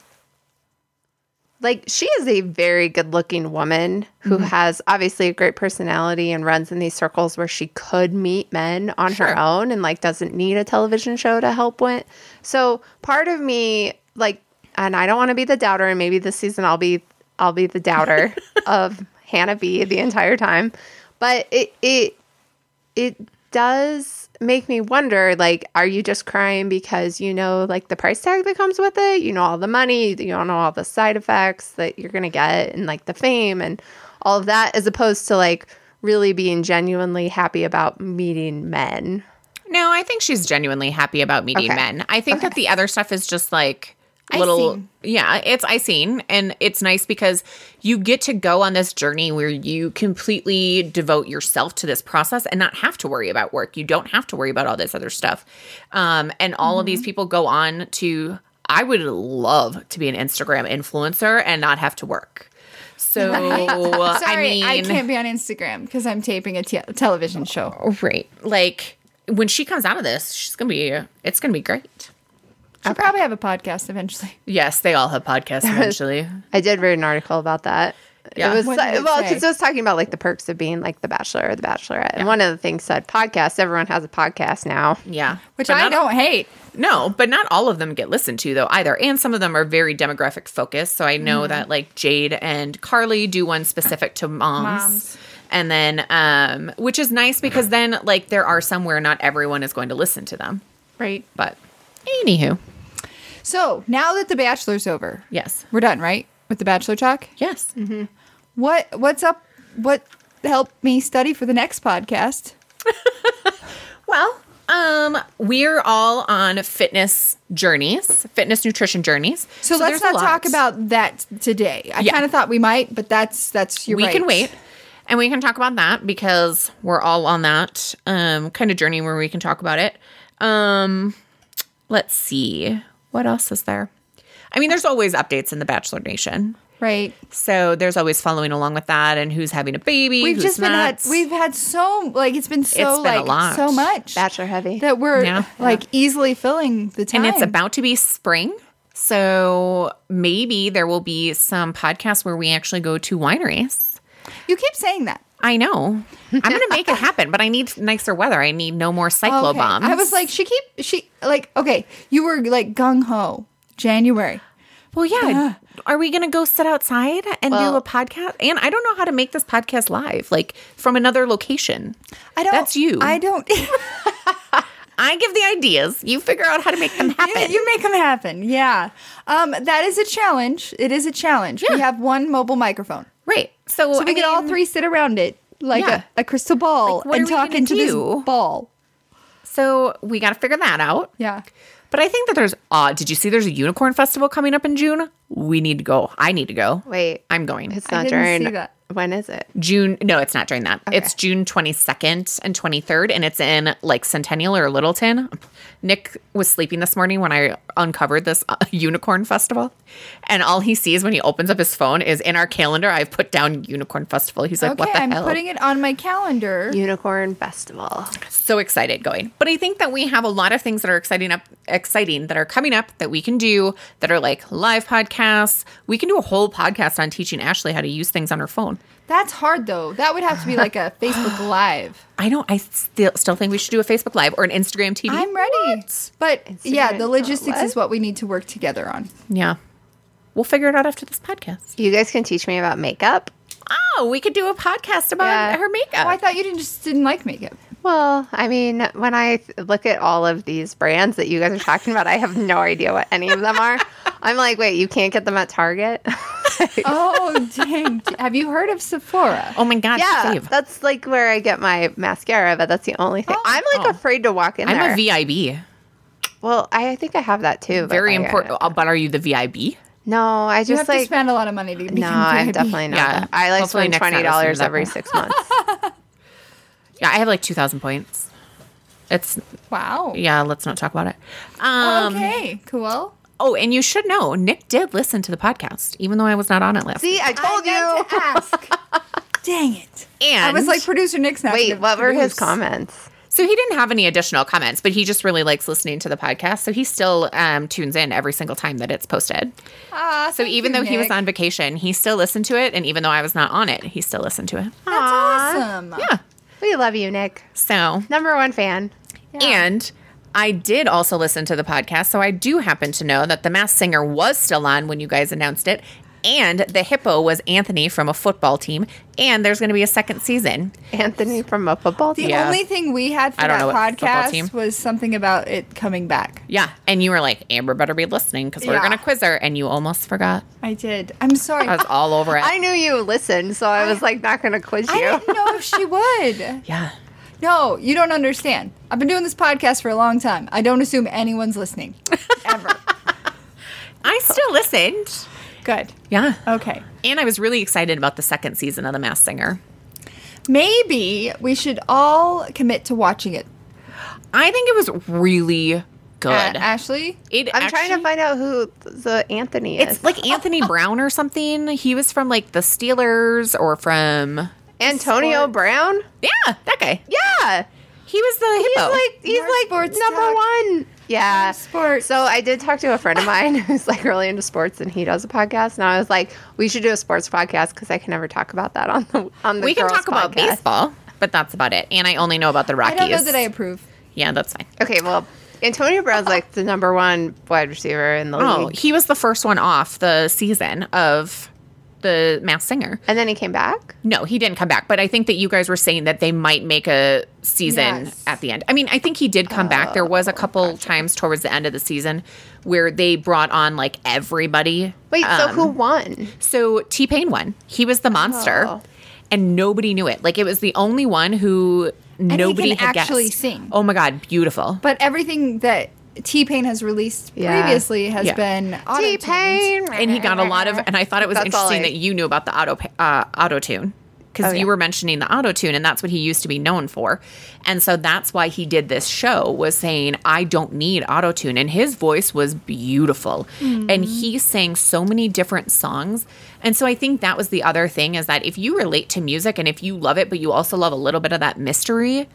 [SPEAKER 2] like she is a very good looking woman who has obviously a great personality and runs in these circles where she could meet men on her
[SPEAKER 1] Sure.
[SPEAKER 2] own and like doesn't need a television show to help with. So part of me like and I don't want to be the doubter and maybe this season I'll be I'll be the doubter of Hannah B the entire time. But it it it does make me wonder like are you just crying because you know like the price tag that comes with it you know all the money you know all the side effects that you're gonna get and like the fame and all of that as opposed to like really being genuinely happy about meeting men
[SPEAKER 1] No, I think she's genuinely happy about meeting
[SPEAKER 2] Okay.
[SPEAKER 1] men. I think that the other stuff is just like little
[SPEAKER 3] Icing.
[SPEAKER 1] yeah, it's icing and it's nice because you get to go on this journey where you completely devote yourself to this process and not have to worry about work. You don't have to worry about all this other stuff. Um and all of these people go on to I would love to be an Instagram influencer and not have to work. So
[SPEAKER 3] Sorry, I,
[SPEAKER 1] I mean
[SPEAKER 3] can't be on Instagram because I'm taping a te- television show.
[SPEAKER 1] right. Like when she comes out of this, she's going to be it's going to be great.
[SPEAKER 3] I'll probably have a podcast eventually.
[SPEAKER 1] Yes, they all have podcasts eventually.
[SPEAKER 2] i did read an article about that
[SPEAKER 1] Yeah.
[SPEAKER 2] it was
[SPEAKER 3] What did it
[SPEAKER 2] well because
[SPEAKER 3] say?
[SPEAKER 2] it was talking about like the perks of being like the bachelor or the bachelorette and one of the things said podcast everyone has a podcast now
[SPEAKER 1] yeah.
[SPEAKER 3] Which
[SPEAKER 1] But
[SPEAKER 3] I
[SPEAKER 1] not-
[SPEAKER 3] don't hate.
[SPEAKER 1] No, but not all of them get listened to though either. And some of them are very demographic focused. So I know
[SPEAKER 3] Mm-hmm.
[SPEAKER 1] that like Jade and Carly do one specific to moms.
[SPEAKER 3] Moms.
[SPEAKER 1] And then um which is nice because then like there are some where not everyone is going to listen to them.
[SPEAKER 3] Right.
[SPEAKER 1] But anywho.
[SPEAKER 3] So now that The Bachelor's over,
[SPEAKER 1] Yes.
[SPEAKER 3] we're done, right? With The Bachelor talk?
[SPEAKER 1] Yes.
[SPEAKER 3] Mm-hmm. What What's up? What helped me study for the next podcast?
[SPEAKER 1] Well, um, we're all on fitness journeys, fitness nutrition journeys.
[SPEAKER 3] So, let's
[SPEAKER 1] there's a
[SPEAKER 3] not talk
[SPEAKER 1] lot.
[SPEAKER 3] about that today. I
[SPEAKER 1] Yeah.
[SPEAKER 3] kind of thought we might, but that's that's your
[SPEAKER 1] we can wait and we can talk about that because we're all on that um, kind of journey where we can talk about it um, let's see what else is there i mean there's always updates in the bachelor nation
[SPEAKER 3] Right.
[SPEAKER 1] so there's always following along with that and who's having a baby
[SPEAKER 3] We've
[SPEAKER 1] who's
[SPEAKER 3] just been
[SPEAKER 1] not.
[SPEAKER 3] at, we've had so like it's been so
[SPEAKER 1] It's been a
[SPEAKER 3] like
[SPEAKER 1] lot.
[SPEAKER 3] so much
[SPEAKER 2] bachelor heavy
[SPEAKER 3] that we're
[SPEAKER 1] Yeah.
[SPEAKER 3] like easily filling the time.
[SPEAKER 1] and it's about to be spring so maybe there will be some podcasts where we actually go to wineries
[SPEAKER 3] You keep saying that.
[SPEAKER 1] I know. I'm gonna make it happen, but I need nicer weather. I need no more cyclo
[SPEAKER 3] Okay.
[SPEAKER 1] bombs.
[SPEAKER 3] I was like, she keep she like okay. You were like gung ho January.
[SPEAKER 1] well, yeah. Are we gonna go sit outside and
[SPEAKER 2] Well-
[SPEAKER 1] do a podcast? And I don't know how to make this podcast live, like from another location.
[SPEAKER 3] I don't.
[SPEAKER 1] That's you.
[SPEAKER 3] I don't.
[SPEAKER 1] I give the ideas. You figure out how to make them happen.
[SPEAKER 3] You, you make them happen. Yeah. Um, that is a challenge. It is a challenge. We have one mobile microphone.
[SPEAKER 1] right. So,
[SPEAKER 3] So we
[SPEAKER 1] I
[SPEAKER 3] could all
[SPEAKER 1] mean,
[SPEAKER 3] three sit around it like
[SPEAKER 1] Yeah.
[SPEAKER 3] a, a crystal ball
[SPEAKER 1] Like, what are
[SPEAKER 3] and
[SPEAKER 1] we
[SPEAKER 3] talk
[SPEAKER 1] gonna
[SPEAKER 3] into
[SPEAKER 1] do?
[SPEAKER 3] this ball.
[SPEAKER 1] So we got to figure that out.
[SPEAKER 3] Yeah.
[SPEAKER 1] But I think that there's. Uh, did you see? There's a unicorn festival coming up in June. We need to go. I need to go.
[SPEAKER 2] Wait,
[SPEAKER 1] I'm going.
[SPEAKER 2] it's
[SPEAKER 3] I
[SPEAKER 2] not
[SPEAKER 3] didn't
[SPEAKER 2] during.
[SPEAKER 3] see that.
[SPEAKER 2] When is it?
[SPEAKER 1] June. No, it's not during that. It's June 22nd and 23rd, and it's in like Centennial or Littleton. Nick was sleeping this morning when I uncovered this uh, unicorn festival, and all he sees when he opens up his phone is in our calendar. I've put down unicorn festival. He's like,
[SPEAKER 3] Okay.
[SPEAKER 1] "What the
[SPEAKER 3] I'm
[SPEAKER 1] hell?"
[SPEAKER 3] putting it on my calendar.
[SPEAKER 2] Unicorn Festival.
[SPEAKER 1] so excited going. But I think that we have a lot of things that are exciting up exciting that are coming up that we can do that are like live podcasts. We can do a whole podcast on teaching Ashley how to use things on her phone.
[SPEAKER 3] That's hard though. That would have to be like a Facebook Live.
[SPEAKER 1] I don't I still still think we should do a Facebook live or an Instagram TV.
[SPEAKER 3] I'm ready. But yeah,
[SPEAKER 2] uh,
[SPEAKER 3] the logistics
[SPEAKER 2] what?
[SPEAKER 3] is what we need to work together on.
[SPEAKER 1] yeah. We'll figure it out after this podcast.
[SPEAKER 2] You guys can teach me about makeup.
[SPEAKER 1] Oh, we could do a podcast about
[SPEAKER 2] Yeah.
[SPEAKER 1] her makeup.
[SPEAKER 3] Oh, I thought you didn't just didn't like makeup.
[SPEAKER 2] Well, I mean, when I th- look at all of these brands that you guys are talking about, I have no idea what any of them are. I'm like, wait, you can't get them at Target?
[SPEAKER 3] Oh dang! Have you heard of Sephora?
[SPEAKER 1] oh my god,
[SPEAKER 2] yeah,
[SPEAKER 1] save.
[SPEAKER 2] that's like where I get my mascara, but that's the only thing. I'm like
[SPEAKER 1] Oh.
[SPEAKER 2] afraid to walk in
[SPEAKER 1] I'm
[SPEAKER 2] there.
[SPEAKER 1] a VIB.
[SPEAKER 2] well, I, I think I have that too. but
[SPEAKER 1] Very
[SPEAKER 2] like, I- uh,
[SPEAKER 1] important. Oh, but are you the VIB?
[SPEAKER 2] No, I
[SPEAKER 3] You
[SPEAKER 2] just
[SPEAKER 3] have to
[SPEAKER 2] like
[SPEAKER 3] spend a lot of money to become
[SPEAKER 2] no, I'm
[SPEAKER 3] VIP.
[SPEAKER 2] definitely not.
[SPEAKER 1] Yeah.
[SPEAKER 2] that. I like
[SPEAKER 1] Hopefully
[SPEAKER 2] spend
[SPEAKER 1] Nick's not
[SPEAKER 2] twenty dollars
[SPEAKER 1] listening to that
[SPEAKER 2] every
[SPEAKER 1] one.
[SPEAKER 2] six months.
[SPEAKER 1] Yeah, I have like 2000 points. It's
[SPEAKER 3] Wow.
[SPEAKER 1] yeah, let's not talk about it. Um
[SPEAKER 3] okay. Cool.
[SPEAKER 1] Oh, and you should know, Nick did listen to the podcast, even though I was not on it last.
[SPEAKER 2] See, I told you.
[SPEAKER 3] to ask. Dang it!
[SPEAKER 1] And
[SPEAKER 3] I was like, producer Nick's not.
[SPEAKER 2] Wait,
[SPEAKER 3] gonna
[SPEAKER 2] what were his
[SPEAKER 3] produce.
[SPEAKER 2] comments?
[SPEAKER 1] so he didn't have any additional comments, but he just really likes listening to the podcast. So he still um, tunes in every single time that it's posted.
[SPEAKER 3] Ah,
[SPEAKER 1] So
[SPEAKER 3] thank
[SPEAKER 1] even
[SPEAKER 3] you,
[SPEAKER 1] though he was
[SPEAKER 3] Nick.
[SPEAKER 1] on vacation, he still listened to it, and even though I was not on it, he still listened to it.
[SPEAKER 3] that's
[SPEAKER 2] Aw.
[SPEAKER 3] awesome.
[SPEAKER 1] Yeah.
[SPEAKER 2] We love you, Nick.
[SPEAKER 1] So
[SPEAKER 2] Number one fan.
[SPEAKER 1] and. I did also listen to the podcast, so I do happen to know that the mass singer was still on when you guys announced it, and the hippo was Anthony from a football team, and there's going to be a second season.
[SPEAKER 2] Anthony from a football
[SPEAKER 3] The
[SPEAKER 2] team.
[SPEAKER 1] Yeah.
[SPEAKER 3] only thing we had for
[SPEAKER 1] I don't
[SPEAKER 3] that
[SPEAKER 1] know what football team.
[SPEAKER 3] podcast was something about it coming back.
[SPEAKER 1] Yeah. And you were like, Amber better be listening because we're
[SPEAKER 3] Yeah.
[SPEAKER 1] going to quiz her. And you almost forgot.
[SPEAKER 3] I did. I'm sorry.
[SPEAKER 1] I was all over it.
[SPEAKER 2] I knew you listened, so I was like not gonna quiz
[SPEAKER 3] I
[SPEAKER 2] you.
[SPEAKER 3] didn't know if she would.
[SPEAKER 1] yeah.
[SPEAKER 3] No, you don't understand. I've been doing this podcast for a long time. I don't assume anyone's listening ever.
[SPEAKER 1] I still listened.
[SPEAKER 3] Good.
[SPEAKER 1] Yeah.
[SPEAKER 3] Okay.
[SPEAKER 1] And I was really excited about the second season of The Masked Singer.
[SPEAKER 3] Maybe we should all commit to watching it.
[SPEAKER 1] I think it was really good.
[SPEAKER 3] Uh, Ashley?
[SPEAKER 1] it
[SPEAKER 2] I'm
[SPEAKER 1] actually-
[SPEAKER 2] trying to find out who the Anthony is.
[SPEAKER 1] It's like Anthony Brown or something. He was from like the Steelers or from.
[SPEAKER 2] Antonio
[SPEAKER 3] Sports.
[SPEAKER 2] Brown.
[SPEAKER 1] Yeah, that guy.
[SPEAKER 2] Yeah,
[SPEAKER 1] He was the
[SPEAKER 2] he's
[SPEAKER 3] Oh.
[SPEAKER 1] hippo.
[SPEAKER 2] like he's
[SPEAKER 3] More
[SPEAKER 2] like
[SPEAKER 3] sports
[SPEAKER 2] number
[SPEAKER 3] talk.
[SPEAKER 2] one. Yeah,
[SPEAKER 3] More sports.
[SPEAKER 2] So I did talk to a friend of mine who's like really into sports, and he does a podcast. And I was like, we should do a sports podcast because I can never talk about that on the on the.
[SPEAKER 1] we can
[SPEAKER 2] girls'
[SPEAKER 1] talk about
[SPEAKER 2] podcast.
[SPEAKER 1] baseball, but that's about it. And I only know about the
[SPEAKER 3] I
[SPEAKER 1] Rockies.
[SPEAKER 3] don't know that I approve.
[SPEAKER 1] Yeah, that's fine.
[SPEAKER 2] Okay, well, Antonio Brown's like the number one wide receiver in the
[SPEAKER 1] Oh,
[SPEAKER 2] league,
[SPEAKER 1] he was the first one off the season of the Mass Singer.
[SPEAKER 2] and then he came back.
[SPEAKER 1] No, he didn't come back. But I think that you guys were saying that they might make a season
[SPEAKER 3] Yes.
[SPEAKER 1] at the end. I mean, I think he did come back. There was a couple times towards the end of the season where they brought on like everybody.
[SPEAKER 2] Wait, so
[SPEAKER 1] Um,
[SPEAKER 2] who won?
[SPEAKER 1] So T Pain won. He was the monster,
[SPEAKER 2] Oh.
[SPEAKER 1] and nobody knew it. Like it was the only one who nobody
[SPEAKER 3] can
[SPEAKER 1] had
[SPEAKER 3] actually
[SPEAKER 1] guessed.
[SPEAKER 3] sing.
[SPEAKER 1] Oh my god, beautiful!
[SPEAKER 3] But everything that T Pain has released
[SPEAKER 2] Yeah.
[SPEAKER 3] previously has
[SPEAKER 1] Yeah.
[SPEAKER 3] been
[SPEAKER 2] T
[SPEAKER 3] auto-tuned.
[SPEAKER 2] Pain,
[SPEAKER 1] and he got a lot of and i thought it was
[SPEAKER 2] That's all
[SPEAKER 1] interesting
[SPEAKER 2] I-
[SPEAKER 1] that you knew about the auto uh, auto tune because
[SPEAKER 2] Oh, yeah.
[SPEAKER 1] you were mentioning the auto tune and that's what he used to be known for and so that's why he did this show was saying i don't need auto tune and his voice was beautiful
[SPEAKER 2] Hmm.
[SPEAKER 1] and he sang so many different songs and so i think that was the other thing is that if you relate to music and if you love it but you also love a little bit of that mystery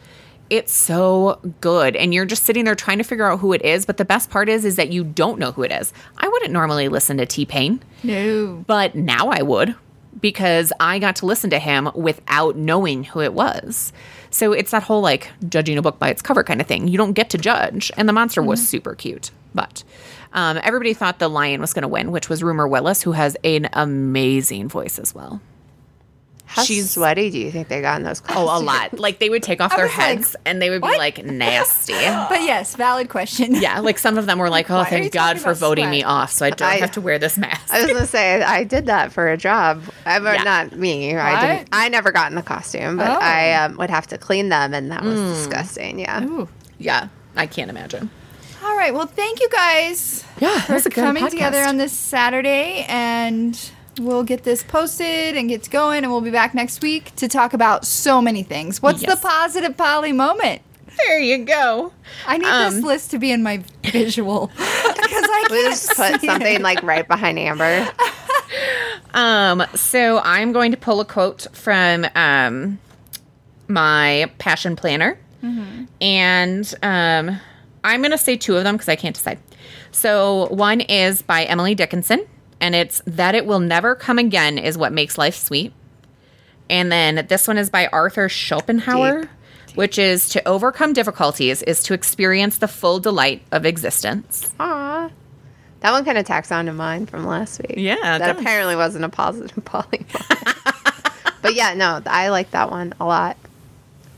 [SPEAKER 1] it's so good and you're just sitting there trying to figure out who it is but the best part is is that you don't know who it is i wouldn't normally listen to t-pain
[SPEAKER 3] No.
[SPEAKER 1] but now I would. because I got to listen to him without knowing who it was. So it's that whole like judging a book by its cover kind of thing. You don't get to judge. And the monster
[SPEAKER 3] Mm-hmm.
[SPEAKER 1] was super cute. But um, everybody thought the lion was going to win, which was Rumor Willis, who has an amazing voice as well.
[SPEAKER 2] How
[SPEAKER 1] She's-
[SPEAKER 2] sweaty do you think they got in those clothes?
[SPEAKER 1] Oh, a lot. Like they would take off their
[SPEAKER 3] was like,
[SPEAKER 1] heads and they would be like nasty.
[SPEAKER 3] But yes, valid question.
[SPEAKER 1] Yeah, like some of them were like, "Oh,
[SPEAKER 3] are you
[SPEAKER 1] thank God
[SPEAKER 3] talking
[SPEAKER 1] for
[SPEAKER 3] about
[SPEAKER 1] voting me
[SPEAKER 3] sweat?
[SPEAKER 1] off, so I don't
[SPEAKER 2] I-
[SPEAKER 1] have to wear this mask."
[SPEAKER 2] I was gonna say I did that for a job. I but
[SPEAKER 1] Yeah.
[SPEAKER 2] not me. I
[SPEAKER 3] What?
[SPEAKER 2] didn't. I never got in a costume, but
[SPEAKER 3] Oh.
[SPEAKER 2] I um, would have to clean them, and that was
[SPEAKER 1] Hmm.
[SPEAKER 2] disgusting. Yeah.
[SPEAKER 3] Ooh.
[SPEAKER 1] yeah, I can't imagine.
[SPEAKER 3] All right. Well, thank you guys
[SPEAKER 1] Yeah,
[SPEAKER 3] for coming together on this Saturday, and we'll get this posted and gets going, and we'll be back next week to talk about so many things. What's
[SPEAKER 1] Yes.
[SPEAKER 3] the positive poly moment?
[SPEAKER 1] There you go.
[SPEAKER 3] I need
[SPEAKER 1] Um,
[SPEAKER 3] this list to be in my visual because I
[SPEAKER 2] We
[SPEAKER 3] can't
[SPEAKER 2] just put
[SPEAKER 3] see
[SPEAKER 2] something
[SPEAKER 3] it.
[SPEAKER 2] like right behind Amber.
[SPEAKER 1] Um, so I'm going to pull a quote from um my passion planner, and um, I'm going to say two of them because I can't decide. So one is by Emily Dickinson, and it's that it will never come again is what makes life sweet. And then this one is by Arthur Schopenhauer,
[SPEAKER 2] Deep.
[SPEAKER 1] which is to overcome difficulties is to experience the full delight of existence.
[SPEAKER 2] Aw. That one kind of tacks on to mine from last week.
[SPEAKER 1] Yeah, it
[SPEAKER 2] That
[SPEAKER 1] does.
[SPEAKER 2] apparently wasn't a positive poly. but yeah, no, I like that one a lot.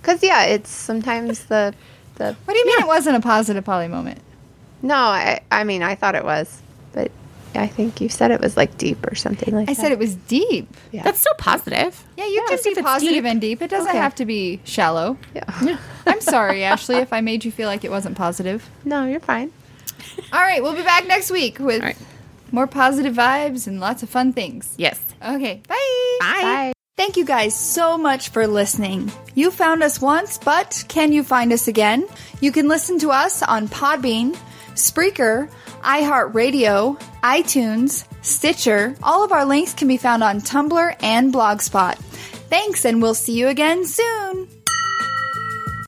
[SPEAKER 2] Cause yeah, it's sometimes the the
[SPEAKER 3] What do you mean it wasn't a positive poly moment?
[SPEAKER 2] no, I I mean I thought it was, but I think you said it was like deep or something like
[SPEAKER 3] I
[SPEAKER 2] that.
[SPEAKER 3] said it was deep.
[SPEAKER 2] yeah.
[SPEAKER 1] That's still positive.
[SPEAKER 3] Yeah, you
[SPEAKER 1] Yeah,
[SPEAKER 3] can
[SPEAKER 1] if
[SPEAKER 3] be
[SPEAKER 1] it's
[SPEAKER 3] positive
[SPEAKER 1] deep.
[SPEAKER 3] and deep. It doesn't
[SPEAKER 2] Okay.
[SPEAKER 3] have to be shallow.
[SPEAKER 2] yeah.
[SPEAKER 3] I'm sorry, Ashley, if I made you feel like it wasn't positive.
[SPEAKER 2] No, you're fine.
[SPEAKER 3] All right, we'll be back next week with
[SPEAKER 1] All right.
[SPEAKER 3] more positive vibes and lots of fun things.
[SPEAKER 1] Yes.
[SPEAKER 3] Okay, bye.
[SPEAKER 1] Bye.
[SPEAKER 3] Thank you guys so much for listening. You found us once, but can you find us again? You can listen to us on Podbean, Spreaker, iHeartRadio, iTunes, Stitcher. All of our links can be found on Tumblr and Blogspot. Thanks, and we'll see you again soon.